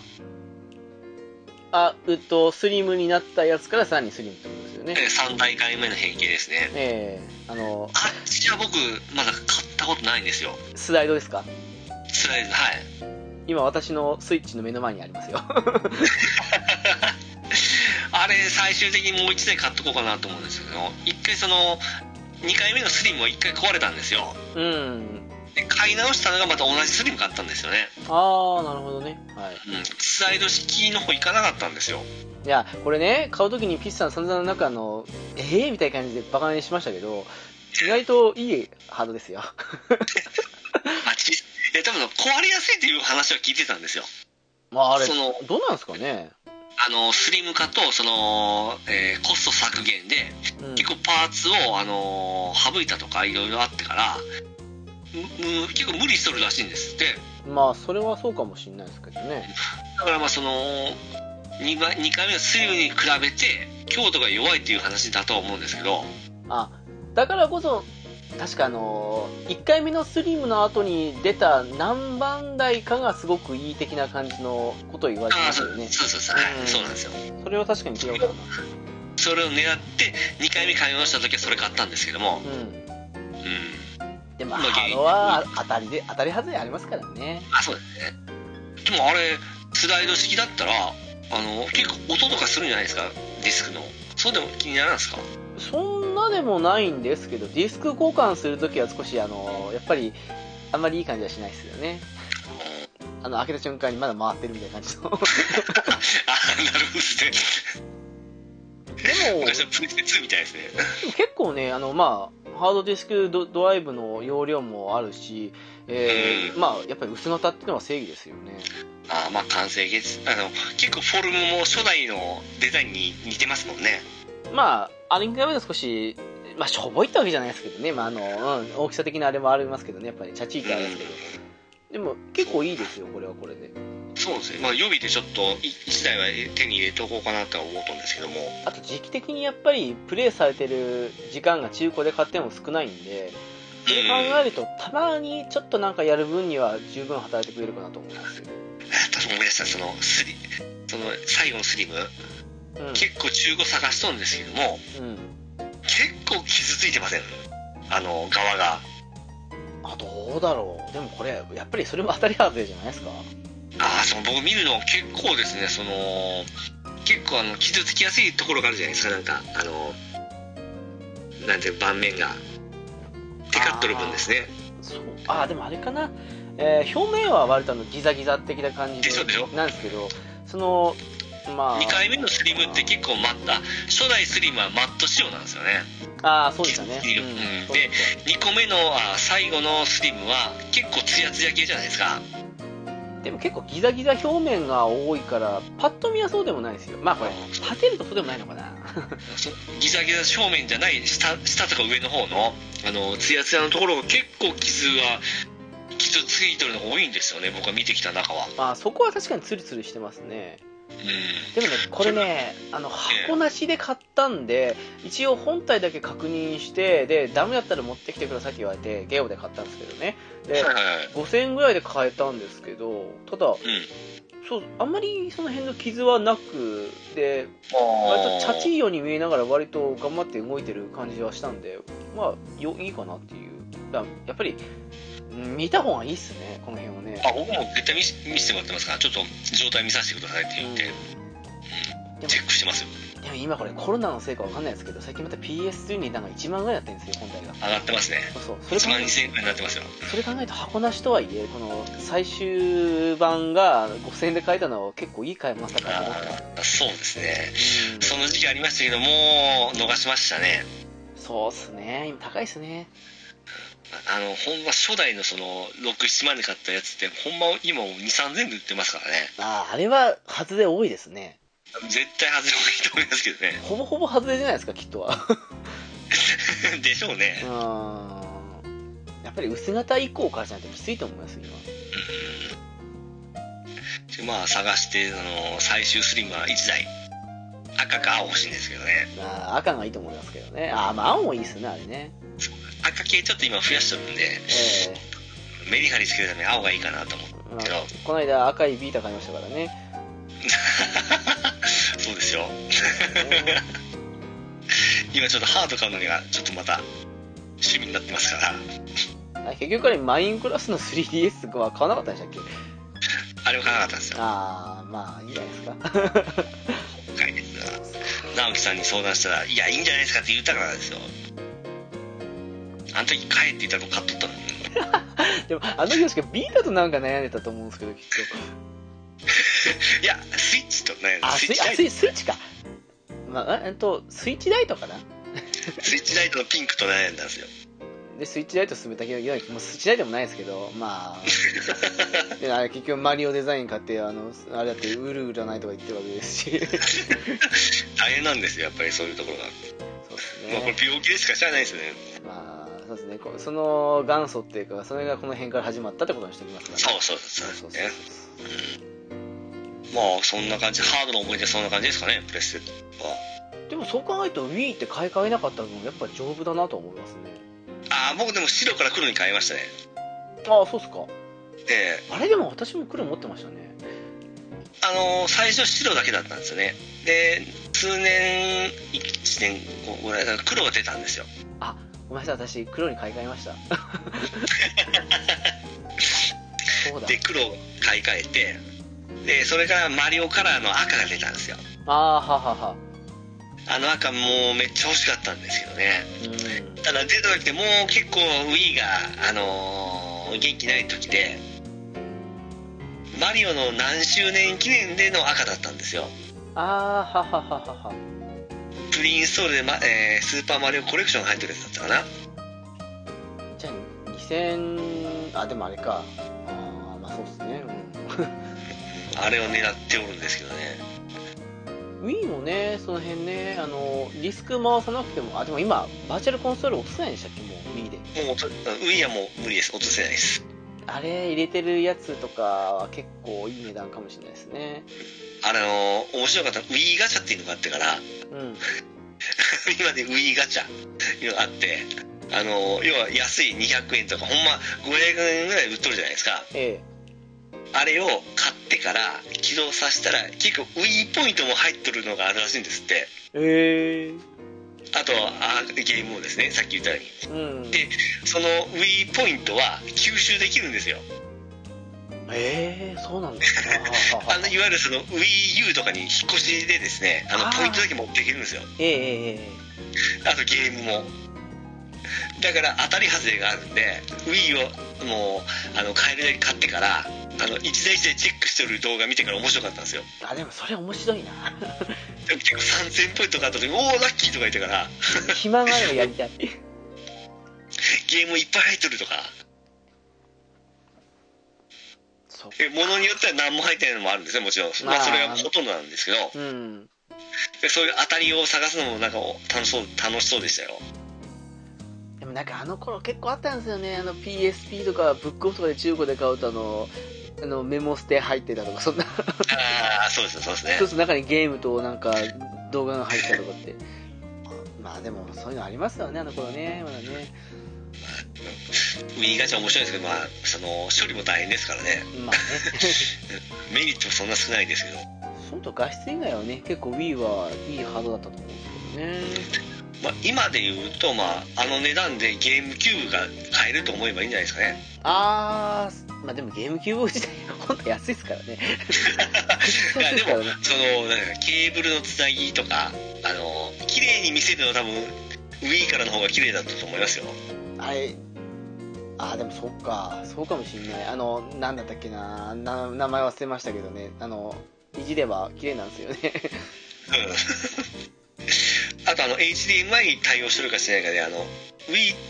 A: あ、えっと、スリムになったやつからさらにスリムってことですよね。
B: え3大会目の変形ですね
A: ええあの、
B: あっちは僕まだ買ったことないんですよ
A: スライドですか
B: スライドはい
A: 今私のスイッチの目の前にありますよ。
B: あれ最終的にもう1台買っとこうかなと思うんですけど1回その2回目のスリムは1回壊れたんですよ
A: うん。
B: で買い直したのがまた同じスリム買ったんですよね、
A: あー、なるほどね。はい。
B: うん、スライド式の方行かなかったんですよ
A: いや、これね、買うときにピッチさん散々なんかあの、えーみたいな感じでバカにしましたけど、意外といいハードですよ。
B: あちいや多分壊れやすいっていう話は聞いてたんですよ
A: まああれ、
B: その
A: どうなんですかね。
B: あのスリム化とその、えーコスト削減で
A: うん、
B: 結構パーツを、あのー省いたとかいろいろあってからむむ結構無理しとるらしいんですって
A: まあ、それはそうかもしれないですけどね。
B: だからまあその 2, 番2回目のスリムに比べて強度が弱いっていう話だとは思うんですけど
A: あ、だからこそ、確かあの、1回目のスリムの後に出た何番台かがすごくいい的な感じのことを言われて
B: あ
A: ま
B: あ
A: す
B: そ
A: よ
B: う
A: ね。
B: そうそうそう,、は
A: うん
B: い、そうなんですよ
A: それは確かに違うかな。
B: それを狙って2回目買い直した時はそれ買ったんですけども、
A: うん。
B: うん、
A: でも、
B: まあ
A: ハードは当たりで、当たり外れありますからね。
B: あそうですねでもあれスライド式だったらあの結構音とかするんじゃないですかディスクのそうでも気にならないですか
A: そんなでもないんですけど、ディスク交換するときは少し、あの、やっぱり、あんまりいい感じはしないですよね。あの、開けた瞬間にまだ回ってるみたいな感 じの。
B: ああなるほどですね
A: でも、
B: 昔のプレステ2みたいですね
A: 結構ね、あの、まあ、ハードディスクドドライブの容量もあるし、えー
B: うん
A: まあ、やっぱり薄型っていうのは正義ですよね。
B: あーまあ完成形あの結構フォルムも初代のデザインに似てますもんね
A: まあ、あれに比べると少し、まあ、しょぼいってわけじゃないですけどね、まあ、あの、うん、大きさ的なあれもありますけどね、やっぱり、チャチーってあれですけど。でも、結構いいですよ、これはこれで。
B: そうですねまあ予備でちょっと1台は手に入れておこうかなとは思ったんですけども
A: あと時期的にやっぱりプレイされてる時間が中古で買っても少ないんで、それ考えると、たまにちょっとなんかやる分には十分働いてくれるかなと思いますよ。
B: 私思い出したそのスリその最後のスリム結構中古探しとるんですけども
A: うん。うん。
B: 結構傷ついてませんあの側が
A: あ、どうだろう。でもこれ、やっぱりそれも当たり外れじゃないですか。
B: ああその僕見るの結構ですねその結構あの傷つきやすいところがあるじゃないですかなんかあのなんていうの盤面がテカっとる分ですね
A: そうあでもあれかな、えー表面は割とあのギザギザ的な感じ
B: でしょでしょ
A: なんですけどそのまあ
B: 2回目のスリムって結構マッタ初代スリムはマット仕様なんですよね
A: ああそうでしたね、
B: うん
A: うんそう
B: で
A: でし
B: 2個目のあ最後のスリムは結構ツヤツヤ系じゃないですか
A: たでも結構ギザギザ表面が多いからパッと見はそうでもないですよまあこれ果てるとそうでもないのか な
B: そギザギザ正面じゃない下下とか上の方のあのツヤツヤのところが結構傷が傷ついてるのが多いんですよね僕は見てきた中は
A: まあそこは確かにツルツルしてますね
B: う
A: で
B: ん
A: もねこれねあの箱なしで買ったんで一応本体だけ確認してでダメだったら持ってきてくださいって言われてゲオで買ったんですけどねで
B: はいはいはい
A: 5000円ぐらいで買えたんですけどただそうあんまりその辺の傷はなくで
B: うん
A: 割とチャチいように見えながら割と頑張って動いてる感じはしたんでまあよいいかなっていうだやっぱりうん見た方がいいっすねこの辺はね
B: あ僕も絶対見せ見せてもらってますからちょっと状態見させてくださいって言って、
A: でも
B: チェックしてますよ
A: でも今これコロナのせいかわかんないですけど最近また PS3 になんか1万ぐらいになってるんですよ本体が
B: 上がってますね
A: そうそうそ
B: 1
A: れ
B: 万
A: 考え
B: 2000円ぐらいになってますよ
A: それ考えると箱なしとはいえこの最終版が5000円で買えたのは結構いい買いましたから思った
B: あーそうですね
A: うん
B: その時期ありましたけどもう逃しましたね
A: そうっすね今高いっすね
B: あのほんま初代のその67万で買ったやつってほんま今もう2 3 0 0 0で売ってますからね
A: あああれは外れ多いですね
B: 絶対外れもいいと思いますけどね
A: ほぼほぼ外れじゃないですかきっとは
B: でしょう
A: う
B: ね
A: ーんやっぱり薄型以降からじゃないときついと思います今
B: でまあ探してあの最終スリムは1台赤か青欲しいんですけどね
A: あー赤がいいと思いますけどねああまあ青もいいっすねあれね
B: 赤系ちょっと今増やしとるんで
A: ええ
B: メリハリつけるために青がいいかなと思って
A: まあこの間赤いビータ買いましたからね
B: そうですよ
A: ね
B: 今ちょっとハード買うのがちょっとまた趣味になってますから
A: あ結局あれマインクラスの 3DS は買わなかったんでしたっけ
B: あれは買わなかったんですよ
A: ああまあいいんじゃないですか
B: 解決が直樹さんに相談したら「いやいいんじゃないですか」って言ったからですよあの時「帰って言ったら買っとったのに
A: でもあの時確かビータとなんか悩んでたと思うんですけどきっ
B: いやスイッチとね
A: とあ
B: ス
A: ス
B: イッ
A: イ
B: チラ
A: あ
B: イ
A: ス
B: ト
A: イスイッチかまあ、えっと、スイッチライトかな
B: スイッチライトのピンクと悩んだんですよ
A: でスイッチライト進めたけどいやもうスイッチライトもないですけどまあ であれ結局マリオデザイン買ってあのあれだってウルウルないとか言ってるわけです し
B: 大変なんですよやっぱりそういうところが、
A: そうです
B: まあ、これ
A: ね
B: 病気でしか知らないですよね
A: まあそうですねこうその元祖っていうかそれがこの辺から始まったってことにしておきますからね
B: そうそうそ
A: そ
B: うそうう
A: そう
B: ねまあそんな感じハードの思い出そんな感じですかねプレステは
A: でもそう考えると Wii って買い替えなかった分やっぱ丈夫だなと思いますね
B: ああ僕でも白から黒に変えましたね
A: ああそうっすか
B: ええ
A: あれでも私も黒持ってましたね
B: あのー最初白だけだったんですよねで数年1年後ぐらいから黒が出たんですよ
A: ごめんなさい私黒に買い替えま したそうだ
B: で黒を買い替えてでそれからマリオカラーの赤が出たんですよ
A: ああははは
B: あの赤もうめっちゃ欲しかったんですけどね
A: うん
B: ただ出た時ってもう結構 Wii が、あのー元気ない時でマリオの何周年記念での赤だったんですよ
A: あーははははは
B: プリインストールで、まえースーパーマリオコレクションが入ってるやつだったかな
A: じゃあ2000あでもあれかあーまあそうっすね
B: あれを狙っておるんですけどね
A: うん Wii もねその辺ねあのディスク回さなくてもあでも今バーチャルコンソール落とせないんでしたっけもう Wii で
B: もう落とウィーはもう無理です落とせないです
A: あれ入れてるやつとかは結構いい値段かもしれないですね
B: あのー面白かったウィーガチャっていうのがあってから
A: うん
B: 今でウィーガチャっていうのがあってあのー要は安い200円とかほんま500円ぐらい売っとるじゃないですか
A: ええ
B: あれを買ってから起動させたら結構ウィーポイントも入っとるのがあるらしいんですって
A: え
B: あとあゲームをですねさっき言ったように
A: えうん
B: でそのウィーポイントは吸収できるんですよ
A: ええそうなんですかはは
B: あ
A: は
B: のいわゆるその WiiU とかに引っ越しでですねあ
A: あ
B: の
A: ー
B: ポイントだけ持っていけるんですよ
A: ええええええ
B: あとゲームもだから当たり外れがあるんで Wii をもうあの買えるだけ買ってからあの一台一台チェックしてる動画見てから面白かったんですよ
A: あでもそれ面白いな
B: でも結構3000ポイント買った時「おおラッキー」とか言ってから
A: 暇があればやりたい
B: ゲームいっぱい入ってるとか
A: そう
B: え物によっては何も入ってないのもあるんですねもちろん、まあ
A: まあ
B: それがほとんどなんですけど
A: うん
B: でそういう当たりを探すのもなんかお楽しそう楽しそうでした よ
A: でもなんかあの頃結構あったんですよねあの PSP とかブックオフとかで中古で買うとあのあのメモステ入ってたとか そんな
B: ああそうですねそうですね
A: 一つ中にゲームとなんか動画が入ってたとかってまあでもそういうのありますよねあの頃ねまだね
B: ウィーガチャ面白いですけど、まあ、その処理も大変ですからね
A: まあね
B: メリットもそんな少ないですけど、
A: そうと画質以外はね結構 Wii はいいハードだったと思うんですけどね
B: まあ、今で言うと、まあ、あの値段でゲームキューブが買えると思えばいいんじゃないですかね
A: あーまあでもゲームキューブ自体は本当安いですから ね
B: いやでも
A: そうです
B: そのなんかケーブルのつなぎとかあの綺麗に見せるのは多分ウィーからの方が綺麗だったと思いますよ
A: あれあーでもそっかそうかもしんないあのなんだったっけなな名前忘れましたけどねあのいじれば綺麗なんですよね
B: あとあの HDMI に対応してるかしてないかであの Wii っ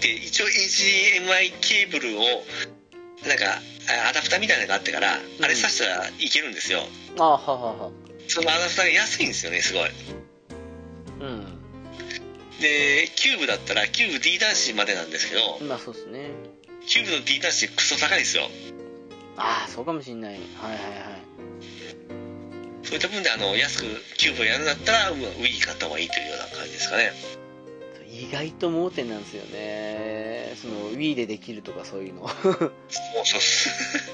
B: て一応 HDMI ケーブルをなんかあアダプターみたいなのがあってから、
A: ん
B: あれ挿したらいけるんですよ
A: あーはあはあはあ
B: そのアダプターが安いんですよねすごい
A: うん
B: でキューブだったらキューブ D 端子までなんですけど
A: まあそうですね
B: キューブの D 端子クソ高いんですよ
A: ああそうかもしんないはいはいはい
B: そういった分であの安くキューブをやるんだったらうん Wii 買った方がいいというような感じですかね
A: 意外と盲点なんですよねその Wii でできるとかそういうの
B: もうそうっす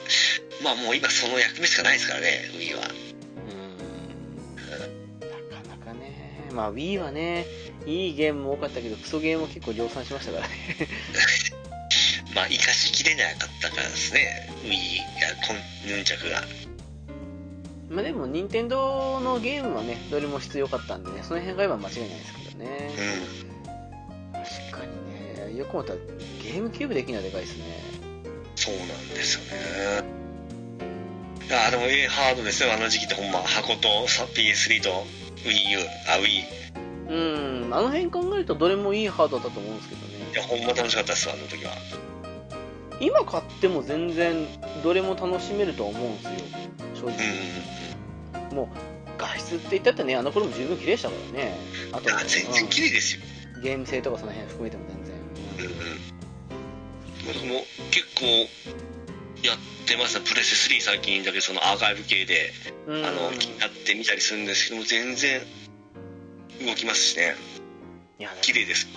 B: まあもう今その役目しかないですからね Wii は
A: うんなかなかねまあ Wii はねいいゲームも多かったけどクソゲームも結構量産しましたからね
B: まあ生かしきれなかったからですね Wii やこんヌンチャクが
A: まあでも任天堂のゲームはねどれも質良かったんでねその辺が今間違いないですけどね
B: うん
A: 確かにねよく思ったらゲームキューブできるのはでかいですね
B: そうなんですよねあでもええハードですよあの時期ってほんま箱とさ PS3 と WiiU あ Wii
A: うんあの辺考えるとどれもいいハードだったと思うんですけどね
B: いやほんま楽しかったですわあの時は
A: 今買っても全然どれも楽しめるとは思うんですよ正
B: うんうんう
A: 直、
B: ん
A: 画質って言ったってねあの頃も十分綺麗でしたからねあと
B: あ全然綺麗ですよ
A: うんゲーム性とかその辺含めても全然
B: うんうん僕も結構やってましたプレステ3最近だけどそのアーカイブ系で
A: うん、
B: あの
A: うんい
B: やってみたりするんですけども全然動きますしね
A: や
B: 綺麗です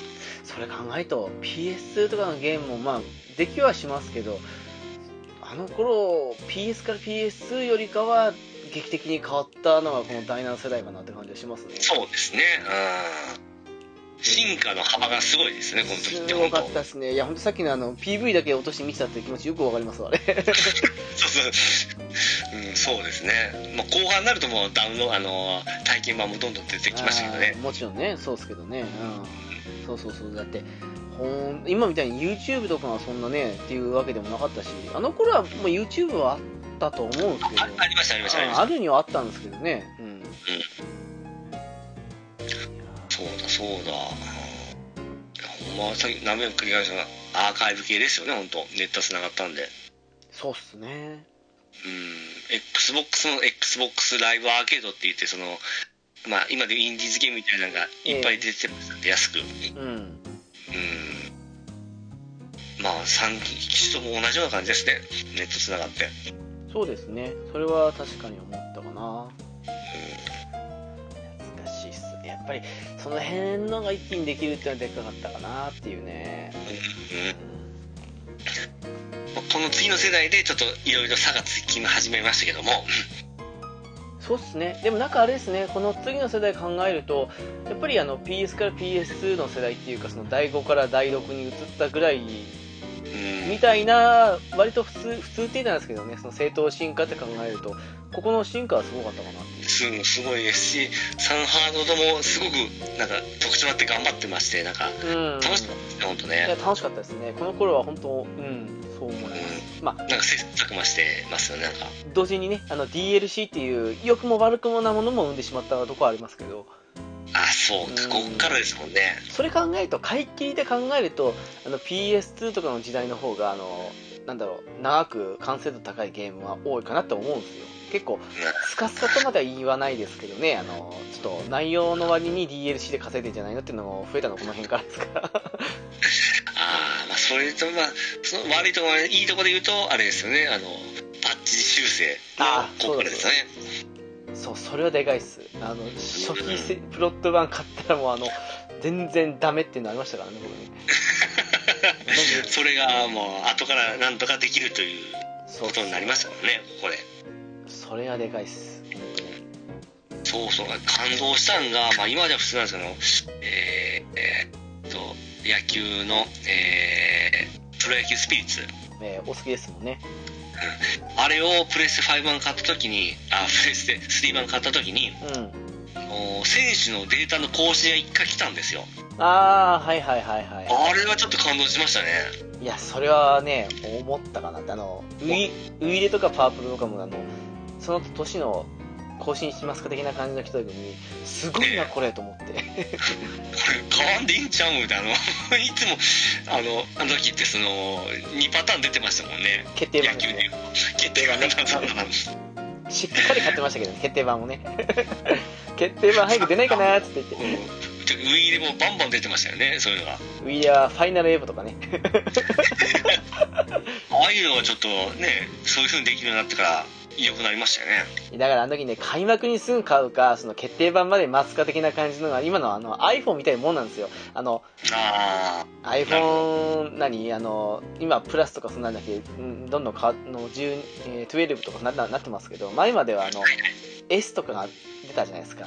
A: それ考えると PS2 とかのゲームもまあできはしますけどあの頃 PS から PS2 よりかは劇的に変わったのがこの第7世代かなって感じがしますね
B: そうですねうん進化の幅がすごいですねこの時って
A: すご
B: 本当
A: かったですねいや本当さっきのあの PV だけ落として見てたっていう気持ちよくわかりますわあれ
B: そうそう、うん、そうですね、まあ、後半になるともうダウンロードあの体験版もどんどん出てきましたけどね
A: あーもちろんねそうですけどね、うん、そうそうそうだってほん今みたいに YouTube とかがそんなねっていうわけでもなかったしあの頃はもう YouTube はあったと思うんですけど
B: あありましたありましたありまし
A: あ
B: た
A: るにはあったんですけどねうん
B: そうだそうだうんいやほんまさっき何遍も繰り返したがアーカイブ系ですよね本当ネットつながったんで
A: そうっすね
B: うん XBOX の XBOX ライブアーケードって言ってそのまあ今でインディーズゲームみたいなのがいっぱい出てましたんで、安くうん
A: うん
B: まあ3機種とも同じような感じですねネットつながって
A: そうですねそれは確かに思ったかな懐かしいっすねやっぱりその辺のが一気にできるってのはでっかかったかなっていうね
B: うん、うんまあこの次の世代でちょっといろいろ差がつき始めましたけども
A: そうっすねでもなんかあれですねこの次の世代考えるとやっぱりあの PS から PS2 の世代っていうかその第5から第6に移ったぐらい
B: うん
A: みたいな割と普通普通って言ったんですけどねその正当進化って考えるとここの進化はすごかったかな
B: すすごいですしサンハードともすごくなんか特徴あって頑張ってましてなんか
A: うん
B: 楽しかったですね本当
A: いや
B: ね
A: 楽しかったですねこの頃は本当うんそう思います、まあ
B: なんか切磋琢磨してますよねなんか
A: 同時にねあの DLC っていう良くも悪くもなものも生んでしまったとこはありますけど
B: あそう
A: うん
B: かこっからですもんね
A: それ考えると買い切りで考えるとあの PS2 とかの時代の方があのなんだろう長く完成度高いゲームは多いかなって思うんですよ結構スカスカとまでは言わないですけどねあのちょっと内容の割に DLC で稼いでんじゃないのっていうのも増えたのこの辺からですから
B: ああまあそれとまあその悪いところいいところで言うとあれですよねあのパッチ修正
A: あー
B: のこっからですよね
A: そうそれはでかいっすあの初期せプロット版買ったらもうあの全然ダメっていうのありましたからね僕 ねなんで
B: それがもう後からなんとかできるという
A: そう
B: ことになりましたからねここで
A: それはでかいっす本当に
B: そうそう感動したんが、まあ、今では普通なんですけど、えーえーっと野球の、えープロ野球スピリッツ
A: えーお好きですもんね
B: あれをプレステ5版買った時にあプレステ3版買った時に
A: うん
B: お選手のデータの更新が一回来たんですよ
A: ああはいはいはいは
B: あれはちょっと感動しましたね
A: いいやそれはね思ったかなってあのウイウイレとかパープルとかもあのその年の更新しますか的な感じの人たちにすごいなこれと思 って
B: これ買わんでいいんちゃうんみたいな いつもあのあの時ってその2パターン出てましたもんね
A: 決定
B: 野
A: 版です
B: 球で
A: ね
B: 決定がなかったなんです
A: しっかり買ってましたけどね決定版もね 決定版早く出ないかなーっつって
B: うん
A: 言って
B: ちょウィーでもバンバン出てましたよねそういうのが
A: ウィーアーファイナルエボとかね
B: ああいうのがちょっとねそういう風にできるようになってから良くなりましたよね
A: だからあの時ね開幕にすぐ買うかその決定版まで待つか的な感じのが今のあの iPhone みたいなもんなんですよあの
B: ああ
A: iPhone 何あの今プラスとかそんなんだけうんどんどんかの10えー12とかなななってますけど前まではあの S とかが出たじゃないですか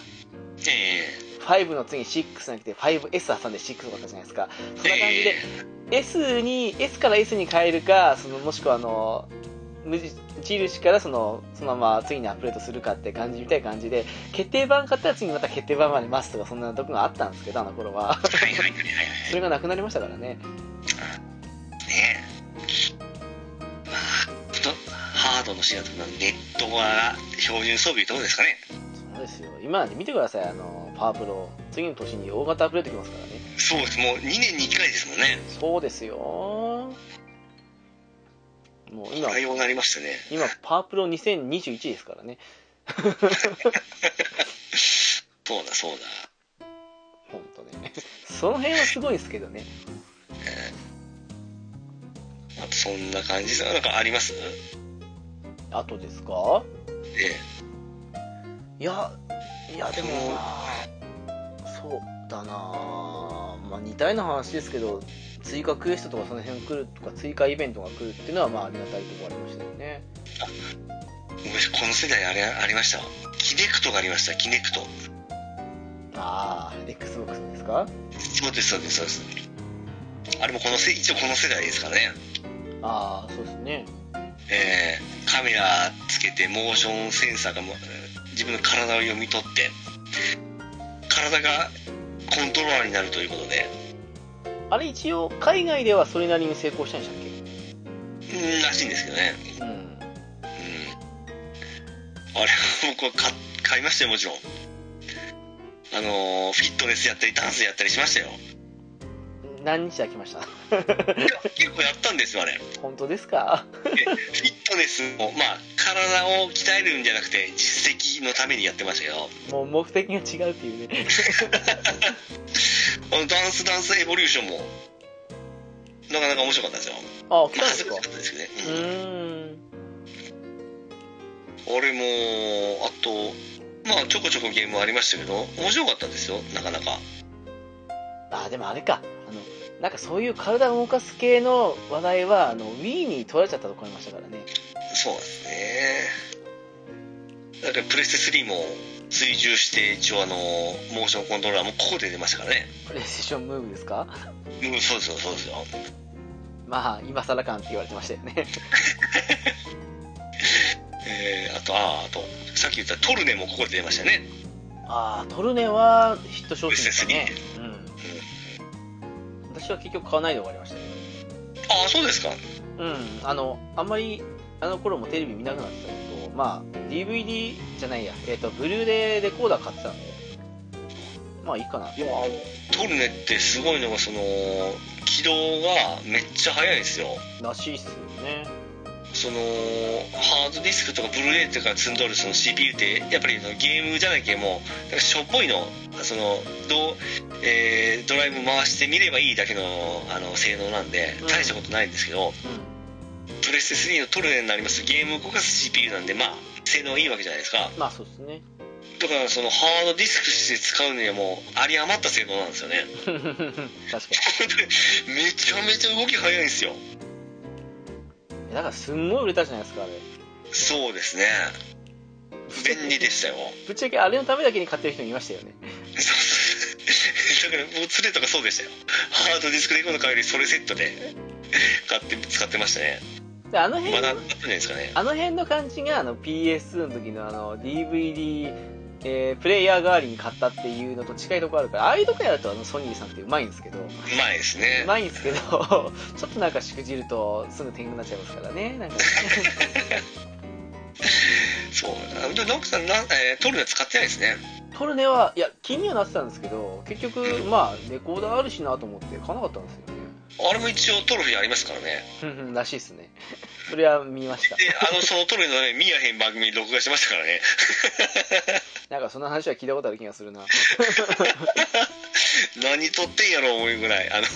B: え
A: 5の次に6じゃなくて 5S 挟んで6とかだったじゃないですかそんな感じで S に S から S に変えるかそのもしくはあの無印からそのそのまま次にアップデートするかって感じみたいな感じで決定版買ったら次にまた決定版まで待つとかそんなとこがあったんですけどあの頃は
B: はいはいはいはいはい
A: それがなくなりましたからね
B: ねまあちょっとハードのシーンだとネットが標準装備どうですかね
A: そうですよ今なんて見てくださいあのパワープロ次の年に大型アップデートきますからね
B: そうですもう2年に1回ですもんね
A: そうですよもう今
B: 対応になりましたね
A: 今パワープロ2021ですからね
B: そうだそうだ
A: 本当ね その辺はすごいですけどね
B: あとそんな感じですなんかあります
A: あとですか
B: え
A: いやいやでも
B: うん
A: そうだなまあ似たような話ですけど追加クエストとかその辺来るとか追加イベントが来るっていうのはまあありがたいところありましたよね
B: えこの世代あれありましたキネクトがありましたキネクト
A: ああ XBOX ですか
B: そうですそうですそうですあれもこのせ一応この世代ですからね
A: ああそうですね
B: えーカメラつけてモーションセンサーがもうえー自分の体を読み取って体がコントローラーになるということで
A: あれ一応海外ではそれなりに成功したんでしたっ
B: うんらしいんですけどね
A: けうん
B: うんあれ僕は買買いましたよもちろんあのーフィットネスやったりダンスやったりしましたよ
A: 何日だ来ました
B: いや結構やったんですよあれ
A: 本当ですか
B: フィットネスもまあ体を鍛えるんじゃなくて実績のためにやってましたけど
A: もう目的が違うっていうね
B: あのダンスダンスエボリューションもなかなか面白かったですよ
A: あ来
B: まあ
A: たんで
B: 恥
A: す
B: ず
A: か
B: かしかったですけ
A: う
B: どね、
A: ーん
B: うん、俺もあとまあちょこちょこゲームはありましたけど面白かったですよなかなか
A: あでもあれかあのなんかそういう体を動かす系の話題はあの Wii に取られちゃったとこありましたからね
B: そうですねだからプレステ3も追従して一応あのモーションコントローラーもここで出ましたからね
A: プレイステーションムーブですか
B: うんそうですよそうですよ
A: まあ今更感って言われてましたよね
B: ええー、あとあーあとさっき言ったトルネもここで出ましたね
A: ああトルネはヒット商品でしたね
B: で
A: うん私は結局買わないのがありましたけ
B: ああそうですか
A: どうんあのあんまりあの頃もテレビ見なくなってたけどまあ DVD じゃないやえっ、とブルーレイレコーダー買ってたんでまあいいかない
B: やトルネってすごいのがその起動がめっちゃ早いんですよ
A: らしいっすよね
B: そのハードディスクとかブルーレイとか積んどるその CPU ってやっぱりそのゲームじゃなきゃもうなんかしょっぽいのそのどう、えードライブ回してみればいいだけのあの性能なんで
A: うん
B: 大したことないんですけど、
A: うん
B: プレステ3のトルネになりますとゲームを動かす CPU なんでまあ性能いいわけじゃないですか
A: まあそうですね
B: だからそのハードディスクして使うにはもうあり余った性能なんですよね
A: 確かに
B: 本当にめちゃめちゃ動き早いんですよ
A: えだからすんごい売れたじゃないですかあれ
B: そうですね便利でしたよ
A: ぶっちゃけあれのためだけに買ってる人もいましたよね
B: そうそうだ からもうツレとかそうでしたよハードディスクレコード代わりそれセットで買って使ってましたね
A: であの辺
B: まだあったんじゃないですかね
A: あの辺の感じがあの PS2 の時のあの DVD、えープレイヤー代わりに買ったっていうのと近いとこあるからああいうとこやるとあのソニーさんってうまいんですけどう
B: うまいですね
A: まいんですけど ちょっとなんかしくじるとすぐ天狗になっちゃいますからねなんかね
B: そうあでノックさんな、えー、取るのは使ってないですね
A: トルネはいや気にはなってたんですけど結局まあレコーダーあるしなと思って買わなかったんですよね
B: あれも一応トロフィーありますからね
A: ふんふんらしいっすねそれは見ました
B: であのそのトロフィーのね見やへん番組に録画してましたからね
A: なんかその話は聞いたことある気がするな
B: 何撮ってんやろ思うぐらいあの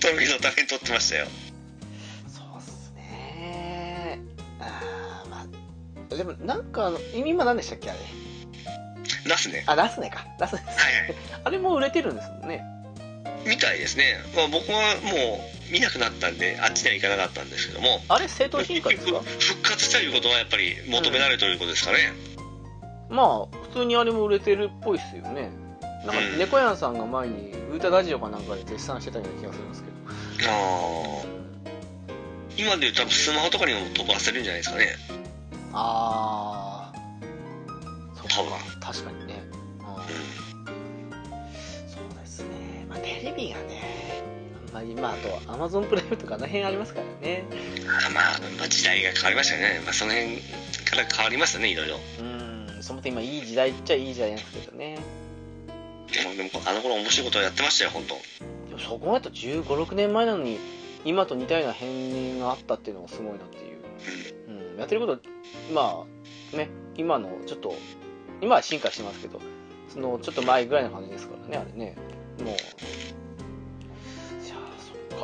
B: トロフィーのために撮ってましたよ
A: そうっすねあーまあでもなんかあの今何でしたっけあれ
B: ナスね
A: あラスネかラスネ
B: はいはい
A: あれも売れてるんですもんね
B: みたいですね、まあ、僕はもう見なくなったんであっちには行かなかったんですけども
A: あれ正当進
B: 結
A: 化ですか
B: 局復活したということはやっぱり求められるということですかね、
A: まあ普通にあれも売れてるっぽいっすよねなんか
B: うん
A: 猫やんさんが前にウータラジオかなんかで絶賛してたような気がするんですけど
B: ああ今で言うと多分スマホとかにも飛ばせるんじゃないですかね
A: ああそう
B: 多分
A: か確かにねうんそうですねまあテレビがねあんまり今あとアマゾンプライムとかあの辺ありますからね
B: あまあ、まあ、時代が変わりましたよね、まあ、その辺から変わりましたねいろいろ
A: うんそもそも今いい時代っちゃいい時代なんですけどね
B: でもでもあの頃面白いことをやってましたよ本当
A: でもそこまでと1 5 6年前なのに今と似たような変人があったっていうのがすごいなっていう、うん、やってることまあね今のちょっと今は進化してますけどそのちょっと前ぐらいの感じですからねあれねもうじゃあそっ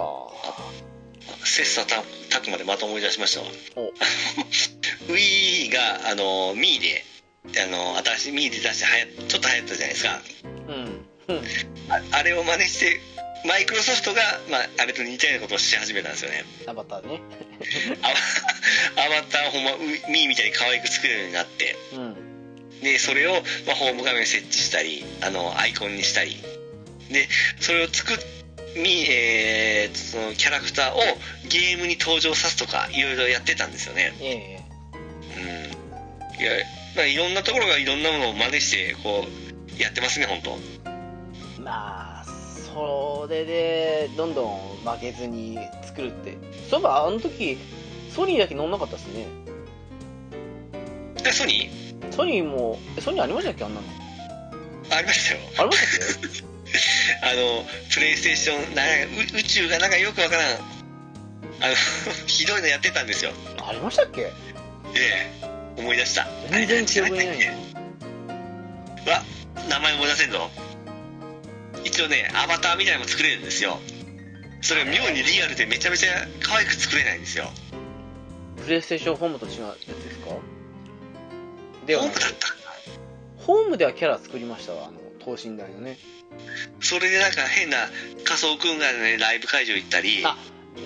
A: か
B: 切磋琢磨でまた思い出しましたわ
A: お
B: Wii があの Mii であの新しい Mii で出してはやちょっと流行ったじゃないですか
A: うんうん
B: ああれを真似してマイクロソフトが、まあ、あれと似たようなことをし始めたんですよね
A: アバターね
B: アバ アバターをほんま Wii みたいに可愛く作れるようになって
A: うん
B: でそれを、まあ、ホーム画面に設置したりあのアイコンにしたりでそれを作っみ、えーそのキャラクターをゲームに登場さすとかいろいろやってたんですよね
A: ええ
B: うんいや、まあ、いろんなところがいろんなものを真似してこうやってますね本当
A: まあそれでどんどん負けずに作るってそういえばあの時ソニーだけ乗んなかったですね
B: でソニ
A: ソニーもえソニーありましたっけあんなの
B: ーありましたよ
A: ありましたっけ
B: あのプレイステーションなんかう宇宙がなんかよくわからんあの ひどいのやってたんですよ
A: ありましたっけ
B: ええ思い出した
A: 全然記憶にないな
B: わ名前思い出せんぞ一応ねアバターみたいなのも作れるんですよそれが妙にリアルでめちゃめちゃ可愛く作れないんですよ
A: プレイステーションホームと違うやつですかでは
B: ホー
A: な
B: ム
A: く
B: だった
A: ホームではキャラ作りましたわあの等身大のね
B: それでなんか変な仮想空間で、ね、ライブ会場行ったり
A: あ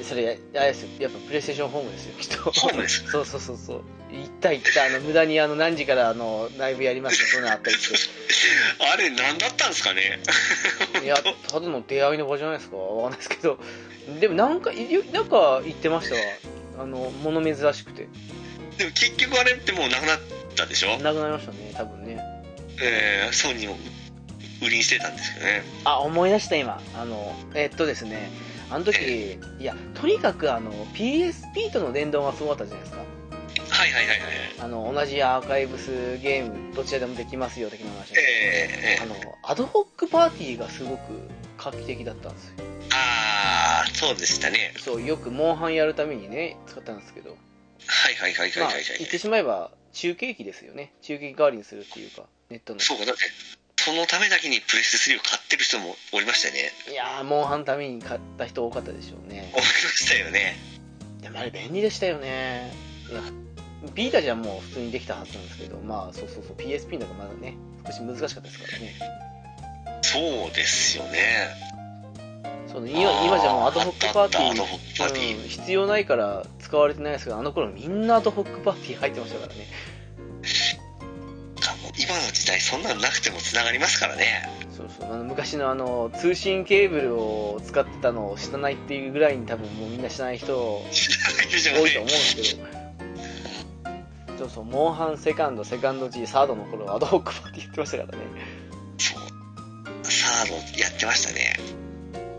A: それあれですよやっぱプレイステーションホームですよきっと
B: ホームです
A: そうそうそうそう行った行ったあの無駄にあの何時からあのライブやりますよそういうのあったりして
B: あれ何だったんですかね
A: いや、ただの出会いの場じゃないですか、わかんないですけど、でもなんか、いなんか言ってましたわ、あの、物珍しくて。
B: でも結局あれってもうなくなったでしょ、
A: なくなりましたね多分ね
B: えー、ソニーを売りにしてたんですけどね
A: あ思い出した今あのえっとですねあの時いやとにかくあの PSP との連動がすごかったじゃないですか
B: はいはいはいはい
A: あの同じアーカイブスゲームどちらでもできますよ的な話、
B: えー、え
A: あ
B: ー、
A: のアドホックパーティーがすごく画期的だったんですよ
B: ああそうでしたね
A: そうよくモンハンやるためにね使ったんですけど
B: はいはいはいはい
A: ま
B: は
A: あ
B: い、はい
A: 言ってしまえば中継機ですよね中継機代わりにするっていうかネットの
B: そうかだってそのためだけにプレステ3を買ってる人もおりましたよね
A: いやーモンハンのために買った人多かったでしょうね
B: おりましたよね
A: でもあれ便利でしたよねビータじゃもう普通にできたはずなんですけどまあそうそうそう PSP の方がまだね少し難しかったですからね
B: そうですよね
A: その今今じゃもうアドホックパーテ
B: あったあったアド
A: ィ
B: ホックパーティ
A: ー、うん、必要ないから使われてないですけどあの頃みんなアドホックパーティー入ってましたからね
B: ーかも今の時代そんなのなくてもつながりますからね
A: そうそうあの昔のあの通信ケーブルを使ってたのを知らないっていうぐらいに多分もうみんな知らない人多
B: 知らないでしょう
A: いと思うん
B: ね
A: ですけどそうそうモンハンセカンドセカンド G サードの頃はアドホックパーティーやってましたからね
B: そうサードやってましたね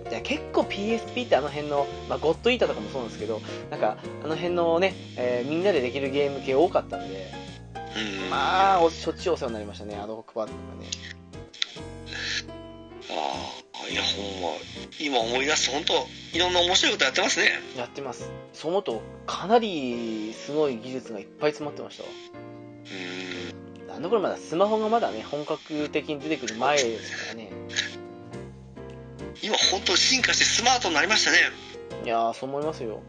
A: いや結構 PSP ってあの辺の、まあ、ゴッドイーターとかもそうなんですけどなんかあの辺のね、えーみんなでできるゲーム系多かったんで
B: うん
A: まあおしょっちゅうお世話になりましたねアドホックパーティーはね
B: ああいやほんま今思い出すと本当いろんな面白いことやってますね
A: やってますそう思うとかなりすごい技術がいっぱい詰まってましたわ
B: うーん
A: あの頃まだスマホがまだね本格的に出てくる前ですからね
B: 今本当進化してスマートになりましたね
A: いやーそう思いますよ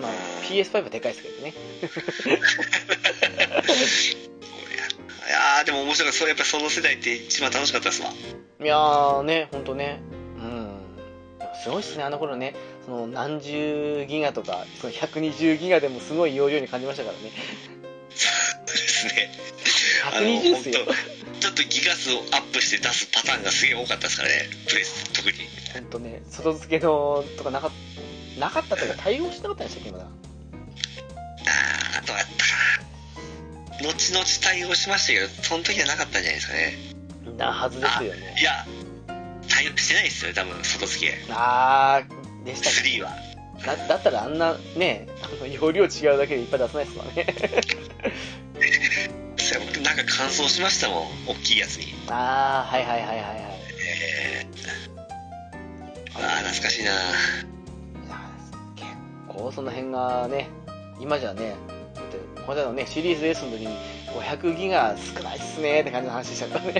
A: まあ PS5 はでかいですけどね
B: いやーでも面白いそうやっぱその世代って一番楽しかったですわ
A: いやーねほんとねうんすごいっすねあの頃ねその何十ギガとかその120ギガでもすごい容量に感じましたからね
B: そうですねあの
A: 120っすよ
B: 本当ちょっとギガ数をアップして出すパターンがすげえ多かったですからねプレス特に
A: ほんとね外付けのとかなかなかったというか対応してなかったんでしたっけまだ
B: あーどうやったかな後々対応しましたけどその時はなかったんじゃないですかね
A: なはずですよね
B: いや対応してないですよ多分外付け
A: あーでしたっ
B: 3は
A: けだだったらあんなねあの容量違うだけでいっぱい出せないっすわね
B: それ僕なんか乾燥しましたもん大きいやつに
A: あーはいはいはいはいはい
B: えー、ああ懐かしいない
A: や結構その辺がね今じゃねだってこの間のねシリーズ S の時に500ギガ少ないっすねって感じの話しちゃったね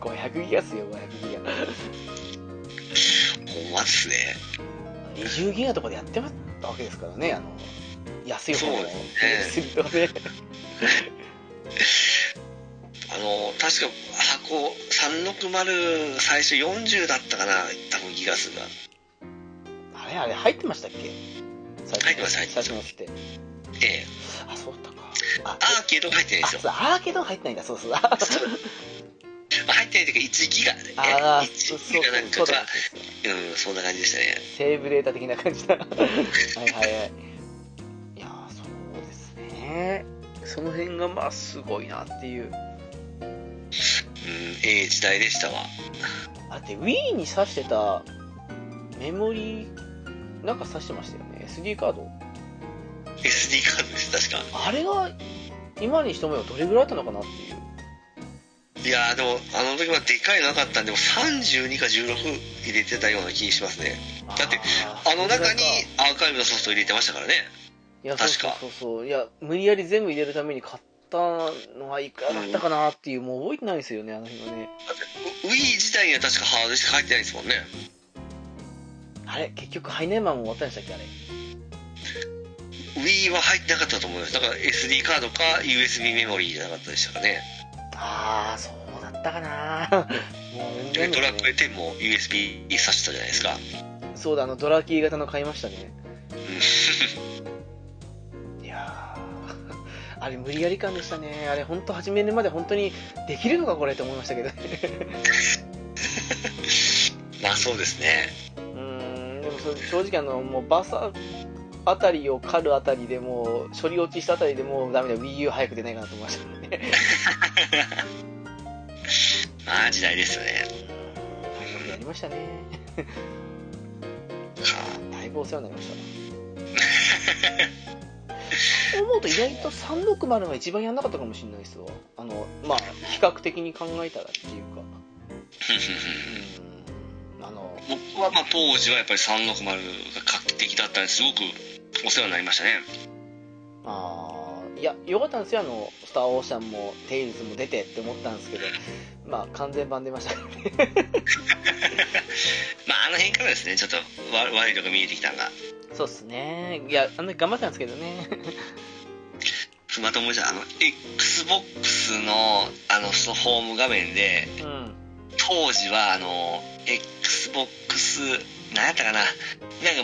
A: 500ギガっすよ500ギガ
B: ほんまですね
A: 20ギガとかでやってまったわけですからねあの安い方の
B: そうですね
A: PS3 とね
B: あの確か箱360最初40だったかな多分ギガ数が
A: あれあれ入ってましたっけ
B: 入ってます入ってま
A: 最初
B: す
A: のやつって
B: ええ
A: あそうだったかあ
B: アーケードが入ってない
A: あ
B: んです
A: そ
B: よ
A: うアーケード入ってないんだそうそうあ
B: 入ってないというか1ギガで、ね、
A: あーそう
B: 1
A: そ
B: ギ
A: う
B: ガなん
A: そ
B: か
A: う
B: が
A: だそうだ
B: うんそんな感じでしたね
A: セーブデータ的な感じだはいはいはいいやーそうですねその辺がまあすごいなっていう
B: うんええ時代でしたわ
A: あって Wii に挿してたメモリなんか挿してましたよね SD カード
B: SD カードです確か
A: あれが今にしてもよどれぐらいあったのかなっていう
B: いやーでもあの時はでかいのなかったんででも32か16入れてたような気しますねだってあの中にアーカイブのソフト入れてましたからね
A: いやそう
B: 確
A: そう
B: か
A: そうそういや無理やり全部入れるために買ったのはいくらだったかなっていうもう覚えてないですよねあの辺はね
B: ウ Wii 自体には確かハードしか入ってないですもんね
A: あれ結局ハイネーマンも終わったんでしたっけあれ
B: Wii は入ってなかったと思いますだから SD カードか USB メモリーじゃなかったでしたかね
A: ああそうだったかなもう
B: で
A: 全然
B: ドラクエ
A: ね、
B: 10も USB 挿してたじゃないですか
A: そうだあのドラキー型の買いましたね
B: うん
A: いやーあれ無理やり感でしたねあれ本当始めるまで本当にできるのかこれって思いましたけどね
B: まあそうですね
A: うーんでもそ正直あのもうバーサーあたりを狩るあたりでもう処理落ちしたあたりでもうダメだ WiiU 早く出ないかなと思いましたもんね
B: まあ時代ですね
A: やりましたねだいぶお世話になりました思うと意外と360が一番やんなかったかもしれないですわあのまあ比較的に考えたらっていうかうんあの
B: 僕はまあ当時はやっぱり360が画期的だったんですごくお世話になりましたね
A: あーいやよかったんですよあの「スター・オーシャン」も「テイルズ」も出てって思ったんですけどまあ完全版出ましたからね
B: まああの辺からですねちょっとわ悪いとこ見えてきたのが
A: そうっすねいやあの頑張ったんですけどね
B: まともじゃあの XBOX のあのそのホーム画面で
A: うん
B: 当時はあの XBOX 何やったかななん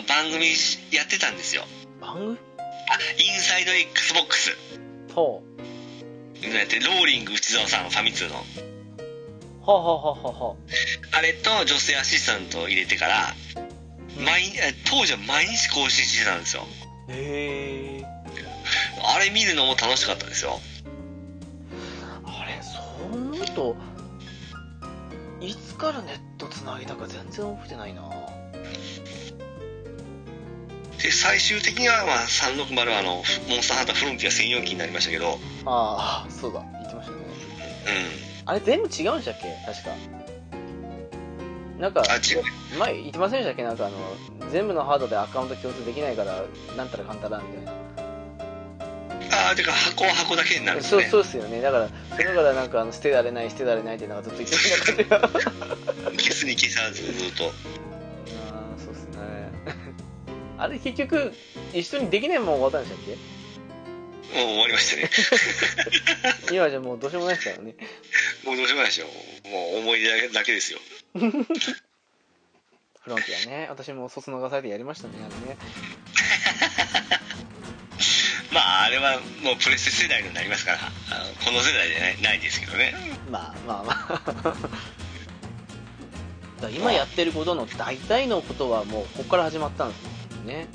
B: か番組しやってたんですよ
A: 番組
B: あインサイド XBOX
A: ほう
B: やってローリング内澤さんファミ通の
A: はあ、はあはあはあは
B: あれと女性アシスタントを入れてから毎え当時は毎日更新してたんですよ
A: あへえ
B: あれ見るのも楽しかったですよ
A: あれそう思うといつからネットつなげたか全然覚えてないな
B: で最終的には、まあ、360はあのモンスターハンターフロンティア専用機になりましたけどうん
A: ああそうだ言ってましたねあれ全部違うんでしたっけ確かなんか
B: あ違う
A: 前言ってませんでしたっけなんかあの全部のハードでアカウント共通できないからなんたらかんたらみたいな
B: ああてか箱は箱だけになるんです
A: そう
B: ね
A: そうっすよねだからそれからなんかあの捨てられない捨てられないってなんかずっと言ってま したけど
B: 消すに消さずずっと
A: あーそうっすね あれ結局一緒にできないまま終わったんでしたっ
B: もう終わりましたね
A: け今じゃもうどうしようもないですからね
B: もうどうしようもないですよもう思い出だけだけですよ
A: フロンティアね私も卒のがされてやりましたねあれね
B: まああれはもうプレステ世代になりますからあのこの世代でないないですけどね
A: まあまあまあ だから今やってることの大体のことはもうここから始まったんですもんね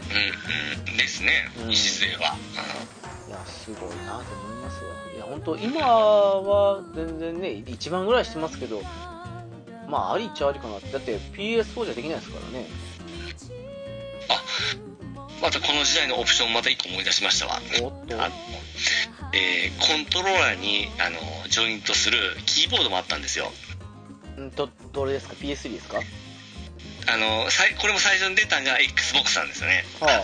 B: うんうんですね
A: うん
B: 礎は、
A: いやすごいなと思いますよいや本当今は全然ね1万ぐらいしてますけどまあありっちゃありかなってだって PS4 じゃできないですからね
B: またこの時代のオプションまた一個思い出しましたわ
A: おっと
B: あのえーコントローラーにあのジョイントするキーボードもあったんですよ
A: うんとどれですか PS3 ですかは
B: あのさいこれも最初に出たのが XBOX なんですよね
A: あ
B: で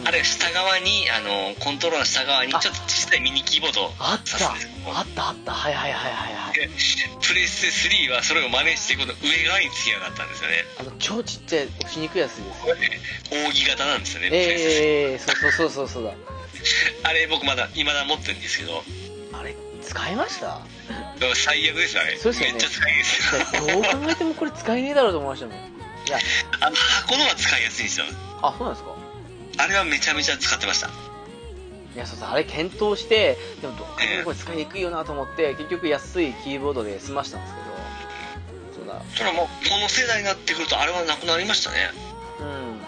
A: うん
B: あれ下側にあのコントローラーの下側にちょっと小さいミニキーボードを
A: あった
B: 刺すんですよ
A: あったあったはいはいはいはいはい
B: でプレステ3はそれを真似してこの上側につけやがったんですよね
A: あの超ちっちゃい押しにくいやつです
B: これね扇形なんですよね、プレステ
A: ええー、そうそうそうそうそうだ
B: 3あれ僕まだ未だ持ってるんですけど
A: あれ使いました
B: でも最悪ですよあれ
A: そうですよね
B: めっちゃ使いですよ
A: どう考えてもこれ使えねえだろうと思いましたもんいや
B: あの箱のは使いやすいんですよ
A: あそうなんですか
B: あれはめちゃめちゃ使ってました
A: いやそうそうあれ検討してでもどっかでこれ使いにくいよなと思って結局安いキーボードで済ましたんですけどそうだ
B: それはもうこの世代になってくるとあれはなくなりましたね
A: うん
B: うん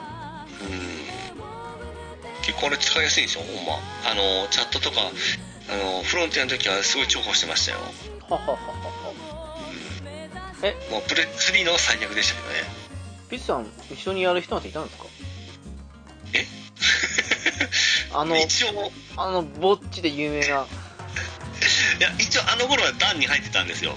B: 結構あれ使いやすいんですよほんまあのチャットとかあのフロンティアの時はすごい重宝してましたよ
A: ははははは
B: もうプレスリーのは最悪でしたけどね
A: ピッツさん一緒にやる人なんていたんですか
B: え
A: あの
B: 一応い
A: あのぼっちで有名な、
B: や一応あの頃は段に入ってたんですよ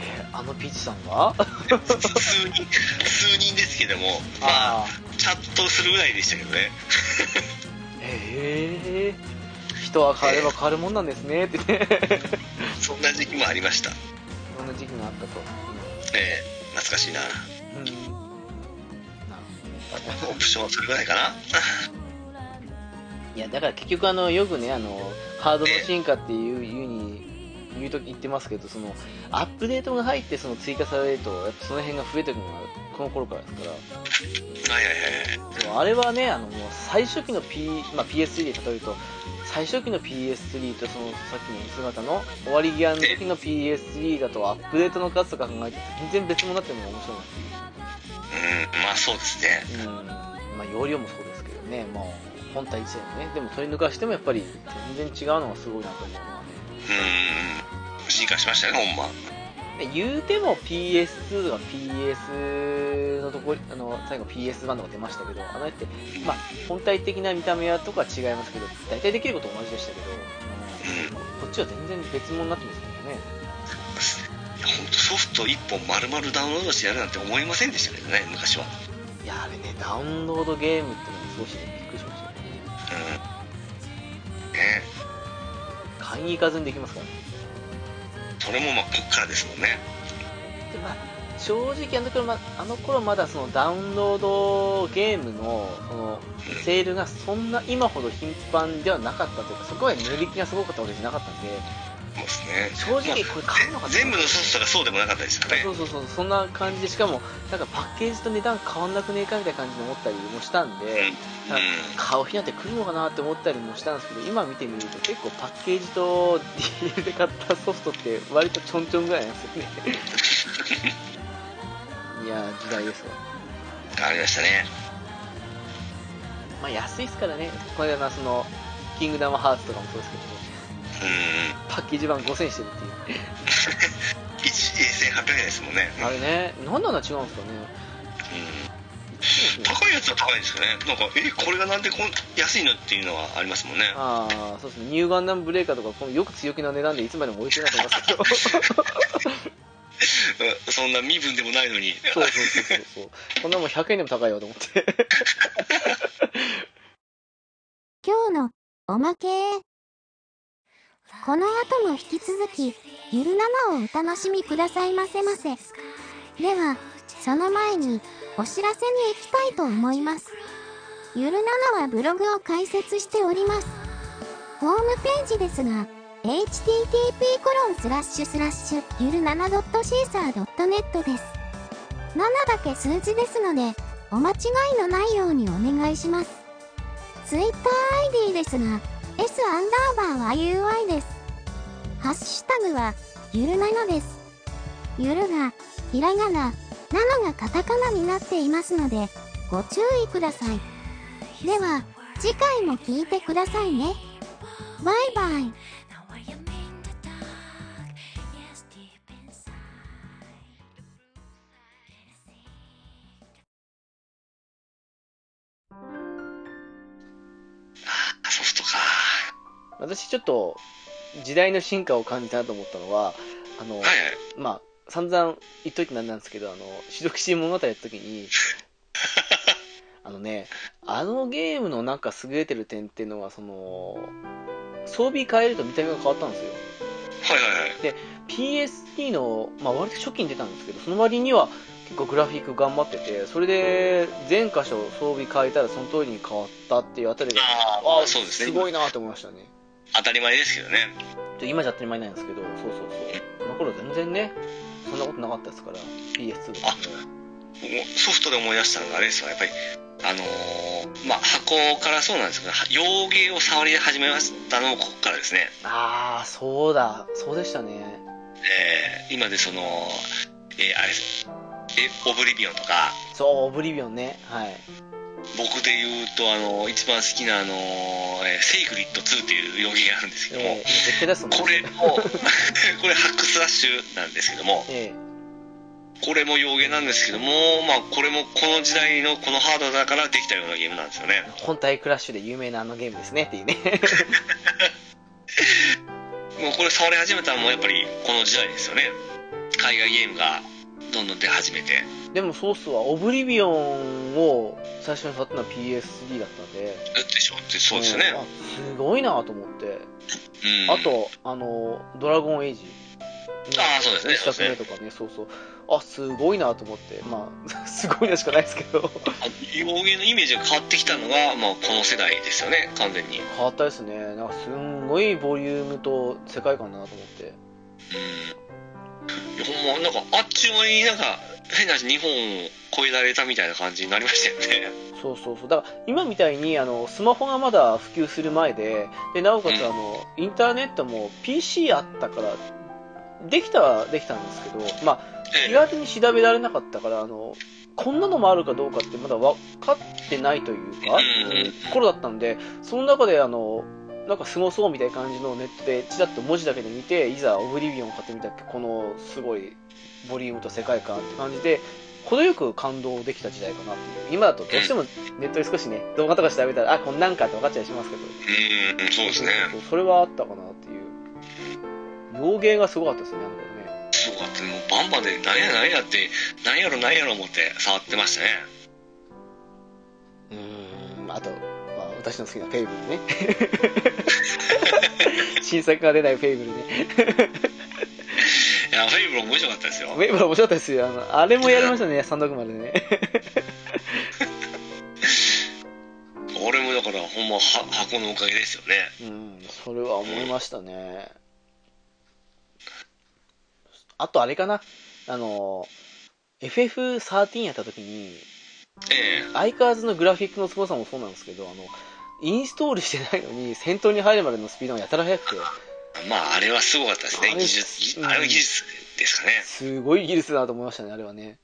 A: えーあのピッチさんが
B: 数人数人ですけどもまあ
A: あ
B: チャットするぐらいでしたけどね
A: ーへえ人は変われば変わるもんなんですねってね
B: そんな時期もありました
A: そんな時期があったと、う
B: ええ懐かしいなん
A: うん、なるほどね
B: オプションはそれぐらいかない
A: やだから結局あのよくねあのハードの進化っていういうに言うと言ってますけどそのアップデートが入ってその追加されるとやっぱその辺が増えてくるのがこの頃からですから
B: はいはいはいはい
A: でもあれはねあのもう最初期の、P まあ、PS3 で例えると最初期の PS3 とそのさっきの姿の終わり際の時の PS3 だとアップデートの数とか考えて全然別物になってるのが面白いなっていう
B: うんまあそうですね
A: うんまあ容量もそうですけどねねもう本体一年ねでも取り抜かしてもやっぱり全然違うのがすごいなと思うのはね
B: うん進化しましたよねほんま
A: で言うても PS2 とか PS のとこあの最後 PS 版とか出ましたけどあのやってまあ本体的な見た目はとかは違いますけど大体できることは同じでしたけど、うんこっちは全然別物になってますからね
B: いや本当ソフト1本丸々ダウンロードしてやるなんて思いませんでしたけどね昔はい
A: やあれねダウンロードゲームってのも少しねびっくりしましたよね
B: うんね
A: 買いに行かずにできますからね
B: それもまあこっからですもんね
A: でまあ正直あの頃まあの頃まだそのダウンロードゲームのそのセールがそんな今ほど頻繁ではなかったというかそこは値引きがすごかったわけじゃなかったんで
B: そうですね
A: 正直これ買うの
B: ま
A: か
B: あ
A: な
B: 全部のソフトがそうでもなかったですよね
A: そうそうそうそんな感じでしかもなんかパッケージと値段変わんなくねえかみたいな感じで思ったりもしたん
B: うん、う
A: で、
B: ん、
A: 買う日なんて来るのかなって思ったりもしたんですけど今見てみると結構パッケージとディールで買ったソフトって割とちょんちょんぐらいなんですよねいやー時代ですわ
B: ありましたね
A: まあ安いですからねこれはそのキングダムハーツとかもそうですけど
B: うん
A: パッケージ版5000してるっていう
B: 1800円ですもんね、
A: あれね何であんな違うんですかね
B: う
A: 一
B: ん、
A: 応ね
B: 高いやつは高いんですよねなんかえこれがなんでこん安いのっていうのはありますもんね
A: ああそうですねニューガンダムブレーカーとかこのよく強気な値段でいつまでも置いてないと思いますけど
B: うんそんな身分でもないのに
A: そうそうそうそうそうこんなもん100円でも高いわと思って
C: 今日のおまけこの後も引き続きゆるななをお楽しみくださいませませではその前にお知らせに行きたいと思いますゆるななはブログを開設しておりますホームページですが http コロンスラッシュスラッシュゆるなな .caesar.net です7だけ数字ですのでお間違いのないようにお願いしますツイッター ID ですが、S アンダーバーは UI です。ハッシュタグは、ゆるなのです。ゆるが、ひらがな、なのがカタカナになっていますので、ご注意ください。では、次回も聞いてくださいね。バイバイ。
D: Now I am in the dark, yes, deep inside.
B: ソフトか
A: 私ちょっと時代の進化を感じたなと思ったのはあの、
B: はいはい
A: まあ散々言っといてなんなんですけどあの「白騎士物語」やった時 にあのねあのゲームのなんか優れてる点っていうのはその装備変えると見た目が変わったんですよ
B: はいはいはい
A: PSP の、まあ、割と初期に出たんですけどその割には結構グラフィック頑張っててそれで全箇所装備変えたらその通りに変わったっていうあたりが
B: ああそうですね
A: すごいなと思いましたね
B: 当たり前ですけどね
A: ちょ今じゃ当たり前なんですけど、そうそうそう。あの頃全然ね、そんなことなかったですから、PS2 とかね。
B: もうソフトで思い出したのがあれですよやっぱりあのーまあ箱からそうなんですけど洋芸を触り始めましたのもここからですね
A: ああ、そうだ、そうでしたね。
B: えー今でその、えーあれですえオブリビオンとか
A: そう、オブリビオンね。はい。
B: 僕で言うとあの一番好きなあのーえーセイグリッド2っていう洋芸があるんですけ
A: え
B: ど
A: ー、
B: も、
A: 今絶対出すと思う
B: これも これハックスラッシュなんですけども
A: ええ
B: これも洋芸なんですけども、まあ、これもこの時代のこのハードだからできたようなゲームなんですよね
A: 本体クラッシュで有名なあのゲームですねっていうね。
B: もうこれ触り始めたのもやっぱりこの時代ですよね海外ゲームがどんどん出始めて
A: でもそうっすわ、オブリビオンを最初に触ったのは PS3 だったんで。
B: でしょってそうですよね
A: んあすごいなと思って。
B: うん
A: あと、あの、ドラゴンエイジ。
B: ああそうですね
A: 一作目とかね、そうそう。あ、すごいなと思って。まあ、 すごいなしかないですけど。
B: あ洋芸のイメージが変わってきたのが、まあ、この世代ですよね完全にうん
A: 変わったですね。なんかすんごいボリュームと世界観だなと思って。
B: いやほんまなんかあっちゅう間になんか変な話日本を超えられたみたいな感じになりましたよね
A: そうそうそう。だから今みたいにあのスマホがまだ普及する前で、でなおかつあのインターネットも PC あったから、できたはできたんですけど、まあ、気軽に調べられなかったから、あの、こんなのもあるかどうかってまだ分かってないというか、
B: うんうん
A: うん頃だったんで、その中であの、なんかすごそうみたいな感じのネットでちらっと文字だけで見て、いざオブリビオンを買ってみたっけ、このすごいボリュームと世界観って感じで、程よく感動できた時代かなっていう。今だとどうしてもネットで少しね、動画とか調べたら、あ、こんなんかって分かっちゃいしますけど。
B: うんうんそうですね
A: そうそうそれはあったかなっていう。洋芸がすごかったですね、あの頃ね。
B: すごかったもうバンバンで何や何やって何やろ何やろ思って触ってましたね
A: うーん、あと、まあ、私の好きなフェイブルね。 新作が出ないフェイブルね。
B: いやフェイブル面白かったですよ
A: フェイブル面白かったですよ。あのあれもやりましたね、三読までね。
B: 俺もだからほんまは箱のおかげですよね
A: うん、それは思いましたね。あとあれかな、あの、FF13 やった時に、
B: え
A: 相変わらずのグラフィックの凄さもそうなんですけど、あの、インストールしてないのに戦闘に入るまでのスピードがやたら速くて、
B: えまああれはすごかったですね
A: あれ
B: 技術
A: うん
B: ぎあれは技術ですかね
A: すごい技術だなと思いましたね、あれはね。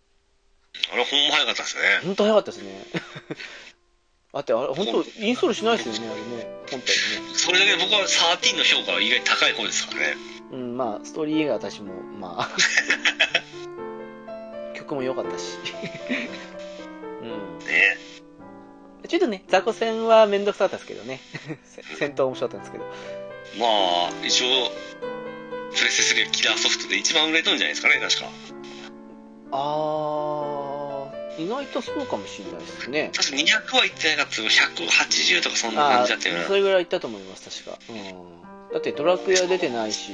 B: あれほんま早かったですね
A: 本当早かったですね。だってあれ、本当インストールしないですよね、あれね、本体
B: それだけ僕は13の評価は意外に高い方ですからね
A: にね。うん、まあ、ストーリー映画私も、まあ。曲も良かったし。うん。
B: ね
A: ちょっとね、雑魚戦はめんどくさかったですけどね。 せ戦闘面白かったんですけど。
B: まあ一応プレステ3はキラーソフトで一番売れたんじゃないですかね確か
A: あー、意外とそうかもしれないですね。
B: 確か200はいってなかったけど180とかそんな
A: あ
B: 感じだったよう
A: ー、
B: な
A: それぐらいいったと思います、確か。うん。だってドラクエは出てないし、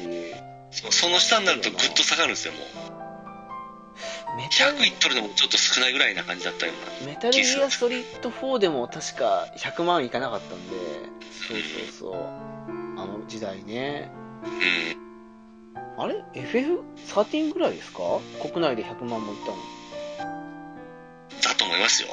B: そうその下になるとぐっと下がるんですよもう
A: メタル
B: 100いっとるのもちょっと少ないぐらいな感じだったような
A: メタルギアストリート4でも確か100万いかなかったんで、そうそうそう。あの時代ね。
B: うん
A: あれ ?FF13 ぐらいですか国内で100万もいったの。
B: だと思いますよ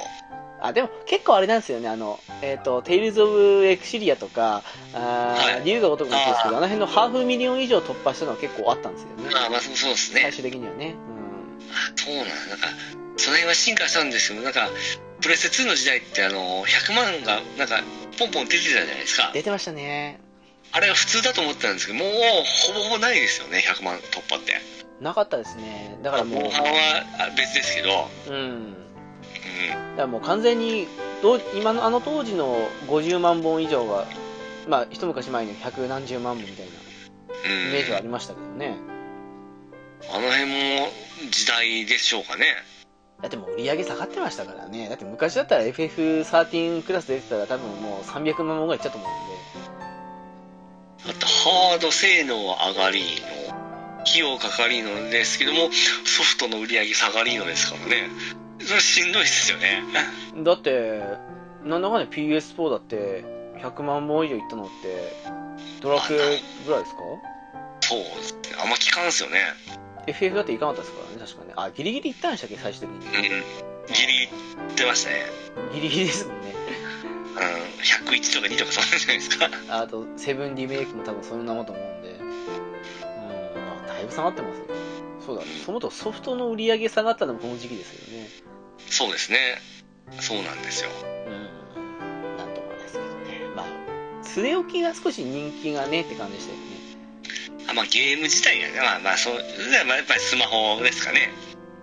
A: あ、でも結構あれなんですよね。あの、えっ、と、テイルズ・オブ・エクシリアとか、あー
B: はい
A: 竜が男の子ですけど、あの辺のハーフミリオン以上突破したのは結構あったんですよね。
B: まあまあそうそうですね
A: 最終的にはね。
B: そうなんなんかその辺は進化したんですけどなんかプレステ2の時代ってあの100万がなんかポンポン出てたじゃないです
A: う
B: か
A: ん。出てましたね。
B: あれが普通だと思ってたんですけどもうほぼほぼないですよね100万突破って
A: なかったですね。だ
B: だ
A: からも
B: 後半はあ別ですけど、うん、
A: う、うん。だからもう完全にどう今のあの当時の50万本以上はまあ一昔前に百何十万本みたいな
B: うん
A: イメージはありましたけどね、
B: あの辺も時代でしょうかね
A: だってもう売り上げ下がってましたからねだって昔だったら FF13 クラス出てたら多分もう300万本ぐらいいっちゃったと思うん
B: あとハード性能は上がりの費用かかりのですけどもソフトの売り上げ下がりのですからねそれしんどいですよね
A: でだってなんだかね PS4 だって100万本以上いったのってドラクエぐらいですか
B: そうですねあんま聞かんすよね
A: FF だっていかなかったですからね確かねあギリギリいったんでしたっけ最終的
B: う
A: に
B: んギリってましたね
A: ギリギリですもんね
B: うん101とか2とかそんなんじゃないですか
A: あと、セブンリメイクも多分そんなもんだと思うんで、うん、あだいぶ下がってますよ。そうだね。そもそもソフトの売り上げ下がったのもこの時期ですよね。
B: そうですねそうなんですよ
A: うん、なんとかですけどね。まあ、据え置きが少し人気がねって感じでしたよね。
B: あまあゲーム自体がねまあまあそうまあやっぱりスマホですかね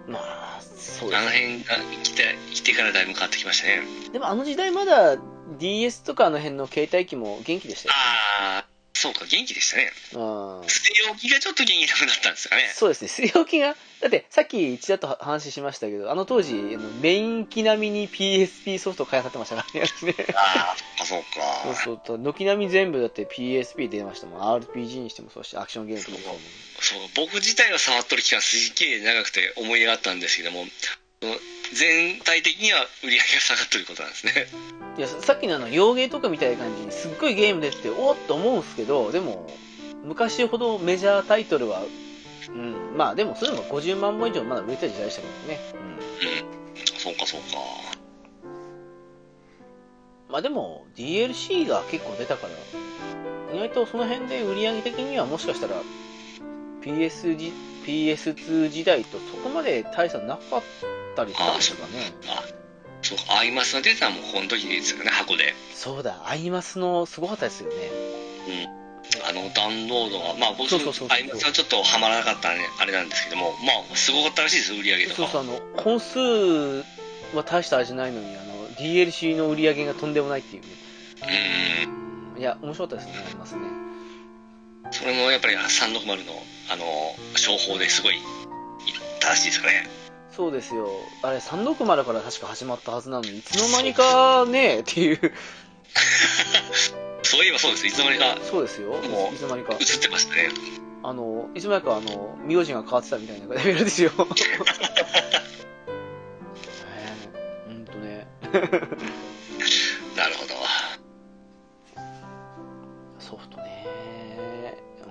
A: まあ、そうで
B: あの辺が来て来てからだいぶ変わってきましたね
A: す。でもあの時代まだ DS とかあの辺の携帯機も元気でした
B: ああそうか元気でしたね
A: よ。うん。
B: 捨て置きがちょっと元気なくなったんですかね
A: そうですね、据え置きが、だってさっき一だと話しましたけど、あの当時、あのメイン機並みに PSP ソフト開発されてましたからね、私ね。
B: ああそうか
A: そうそうと、軒並み全部だって PSP 出ましたもん。RPG にしてもそうし、アクションゲームとかも。
B: そう僕自体は触っとる期間すっげえ長くて思い出があったんですけどもその全体的には売り上げが下がってることなんですね
A: いや、ささっきのあの、洋芸とかみたいな感じに、すっごいゲーム出てて、おっと思うんすけど、でも、昔ほどメジャータイトルは、うん、まあでも、それでも50万本以上まだ売れてた時代でしたけどね。うん。
B: そうかそうか
A: まあでも、DLC が結構出たから、意外とその辺で売り上げ的にはもしかしたら、PS、 PS2 時代とそこまで大差なかったりしたんですかね
B: あそうかアイマスが出たのもこの時ですよね箱で
A: そうだアイマスのすごかったですよね
B: あのダウンロードがまあ僕
A: そうそうそうそう
B: アイマスはちょっとハマらなかったねあれなんですけどもまあすごかったらしいです売り上げと
A: そうそう
B: か
A: あの本数は大したあれじゃないのにあの DLC の売り上げがとんでもないっていうね
B: うん
A: いや面白かったですねありますね
B: それもやっぱり360のあの商法ですごいいったらしいですかね
A: そうですよあれ360から確か始まったはずなのにいつの間にかねっていう
B: そういえばそうですいつの間にか
A: そうですよ
B: もう
A: いつの間にか
B: 映ってましたね
A: あのいつの間にかあの名字が変わってたみたいなレベルです よねえうんとね
B: なるほど
A: ソフトねう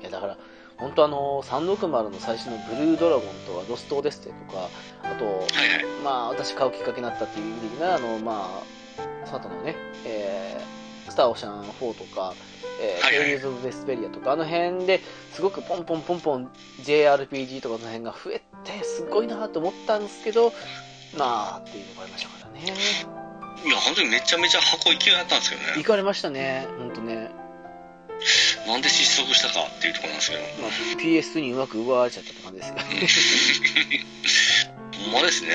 A: んいやだから本当あの360の最新のブルードラゴンとかロストオデッセイとかあと
B: はいはい
A: まあ私買うきっかけになったっていう意味で言うならあのまあその後のね、えースターオシャン4とか、えー
B: はいはい
A: テイルズ・オブ・ベスペリアとかあの辺ですごくポンポンポンポン JRPG とかの辺が増えてすごいなと思ったんですけどまあっていうのがありましたからね
B: いや本当にめちゃめちゃ箱勢いあったんですけど
A: 行
B: ね
A: かれましたね本当ね、
B: なんで失速したかっていうところなんですけど
A: まあ、PS2 にうまく奪われちゃったって感じですよ
B: ほんまですね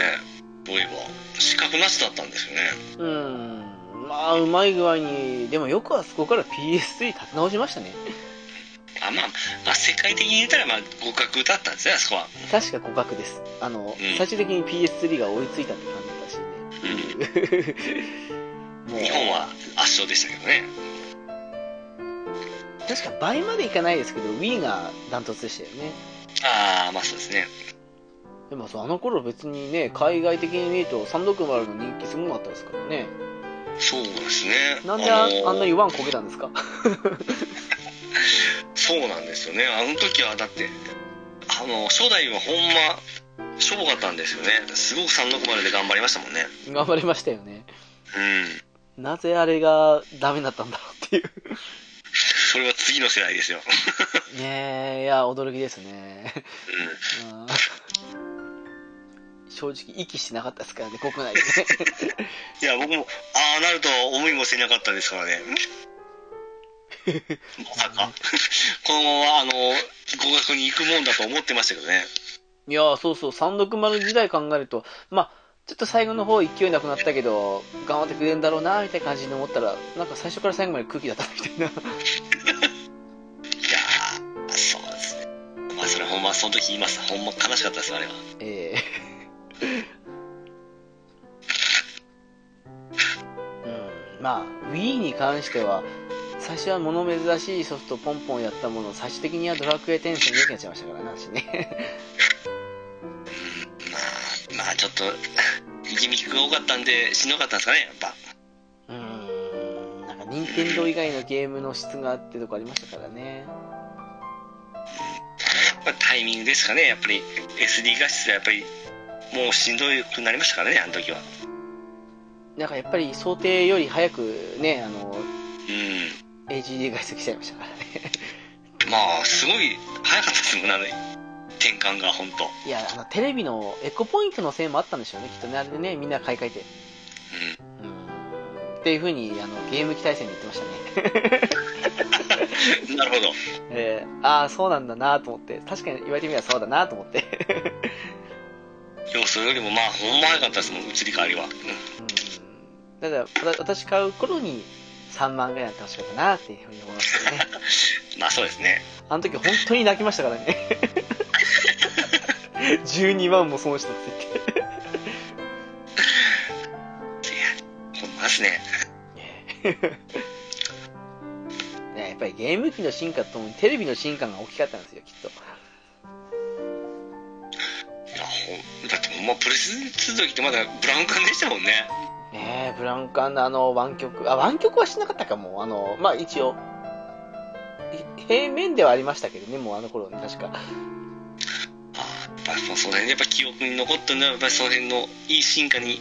B: そういえば四角なしだったんですよね
A: うーん、まあ、うまい具合に、でもよくあそこから PS3 立て直しましたね。
B: あまあ、まあ、世界的に言ったら、まあ、互角だったんですねあそこは
A: 確か互角です。あの、
B: うん
A: 最終的に PS3 が追いついたって感じだったしね。も
B: 日本
A: う、
B: は圧勝でしたけどね
A: 確か倍までいかないですけど、Wii がダントツでしたよね。
B: ああまあそうですね
A: でもそう、あの頃別にね、海外的に見ると360の人気すごかったですからね。
B: そうですね
A: なんであ,、
B: のー
A: あんなにワンこけたんですか
B: そうなんですよねあの時はだってあの初代はほんましょぼかったんですよねすごく360で頑張りましたもんね
A: 頑張りましたよね。
B: うん
A: なぜあれがダメになったんだろうっていう。
B: それは次の世代ですよ、
A: ねえ、いや、驚きですね。
B: うん、
A: うん正直息してなかったですからね国内でね
B: いや、僕も、ああなるとは思いもせなかったですからね。まさか、 このまま、あの、合格に行くもんだと思ってましたけどね。
A: いやーそうそう360時代考えるとまあちょっと最後の方勢いなくなったけど頑張ってくれるんだろうなみたいな感じに思ったらなんか最初から最後まで空気だったみたいな
B: いやー、そうですね。まあ、それはほんま、その時言いました。ほんま悲しかったです、あれは。
A: ええうんまあ Wii に関しては最初は物珍しいソフトポンポンやったもの最終的にはドラクエ10戦良くなっちゃいましたからね私ね
B: まあ、まあ、ちょっと、 ギミックが多かったんで、しんどかったんですかね、やっぱ。
A: うーんなんか任天堂以外のゲームの質があってとこありましたからね
B: まあ、タイミングですかね、やっぱり。SD 画質はやっぱり、もうしんどくなりましたからね、あの時は。
A: なんかやっぱり想定より早くねあの
B: うん。
A: HD 外出来ちゃいましたからね
B: まあ、すごい、早かったですもんね、あの転換が、本当
A: いやあのテレビのエコポイントのせいもあったんでしょうねきっとねあれでねみんな買い替えて
B: う
A: うーんっていうふうにあのゲーム機対戦で言ってま したね、
B: ん、 なるほど。
A: えーああそうなんだなと思って確かに言われてみればそうだなと思って
B: 要するよりも、まあ、ほんま早かったですもん、移り変わりは。うん
A: うんただわた私買う頃に3万ぐらいになってほしかったなっていうふうに思いましたね
B: まあ、そうですね。
A: あの時本当に泣きましたから ね。12万も損したって言って。
B: いや、ほんまですね。
A: ねやっぱりゲーム機の進化とともにテレビの進化が大きかったんですよ、きっと。
B: いや、ほん、だって、ほんま、プレス2の時ってまだブラウン管でしたもんね。
A: ねえ、ブラウン管のあの、湾曲、あ、湾曲はしなかったかも。あの、まあ一応、い平面ではありましたけどね、もうあの頃ね、確か。
B: ああ、やっぱ、もうその辺で、やっぱ記憶に残ったのは、やっぱりその辺のいい進化に、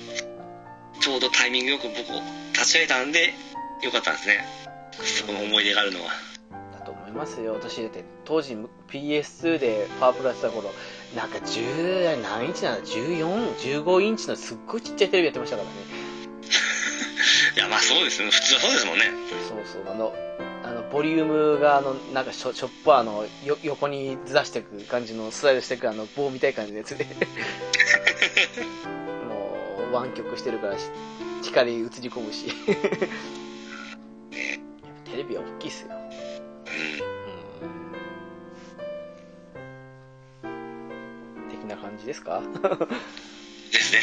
B: ちょうどタイミングよく僕、立ち会えたんで、よかったんですね。そこの思い出があるのは。
A: だと思いりますよ私だって当時 PS2 でパワープラスした頃なんか10何インチなの1415インチのすっごいちっちゃいテレビやってましたからね
B: いやまあそうですね普通はそうですもんね
A: そうそうあのあのボリュームがあのなんかショショッパーのよ横にずらしていく感じのスライドしていくあの棒みたいな感じのやつでもう湾曲してるからし光映り込むし
B: ね
A: テレビは大きいっすよ
B: うん
A: うん的な感じですか
B: ですね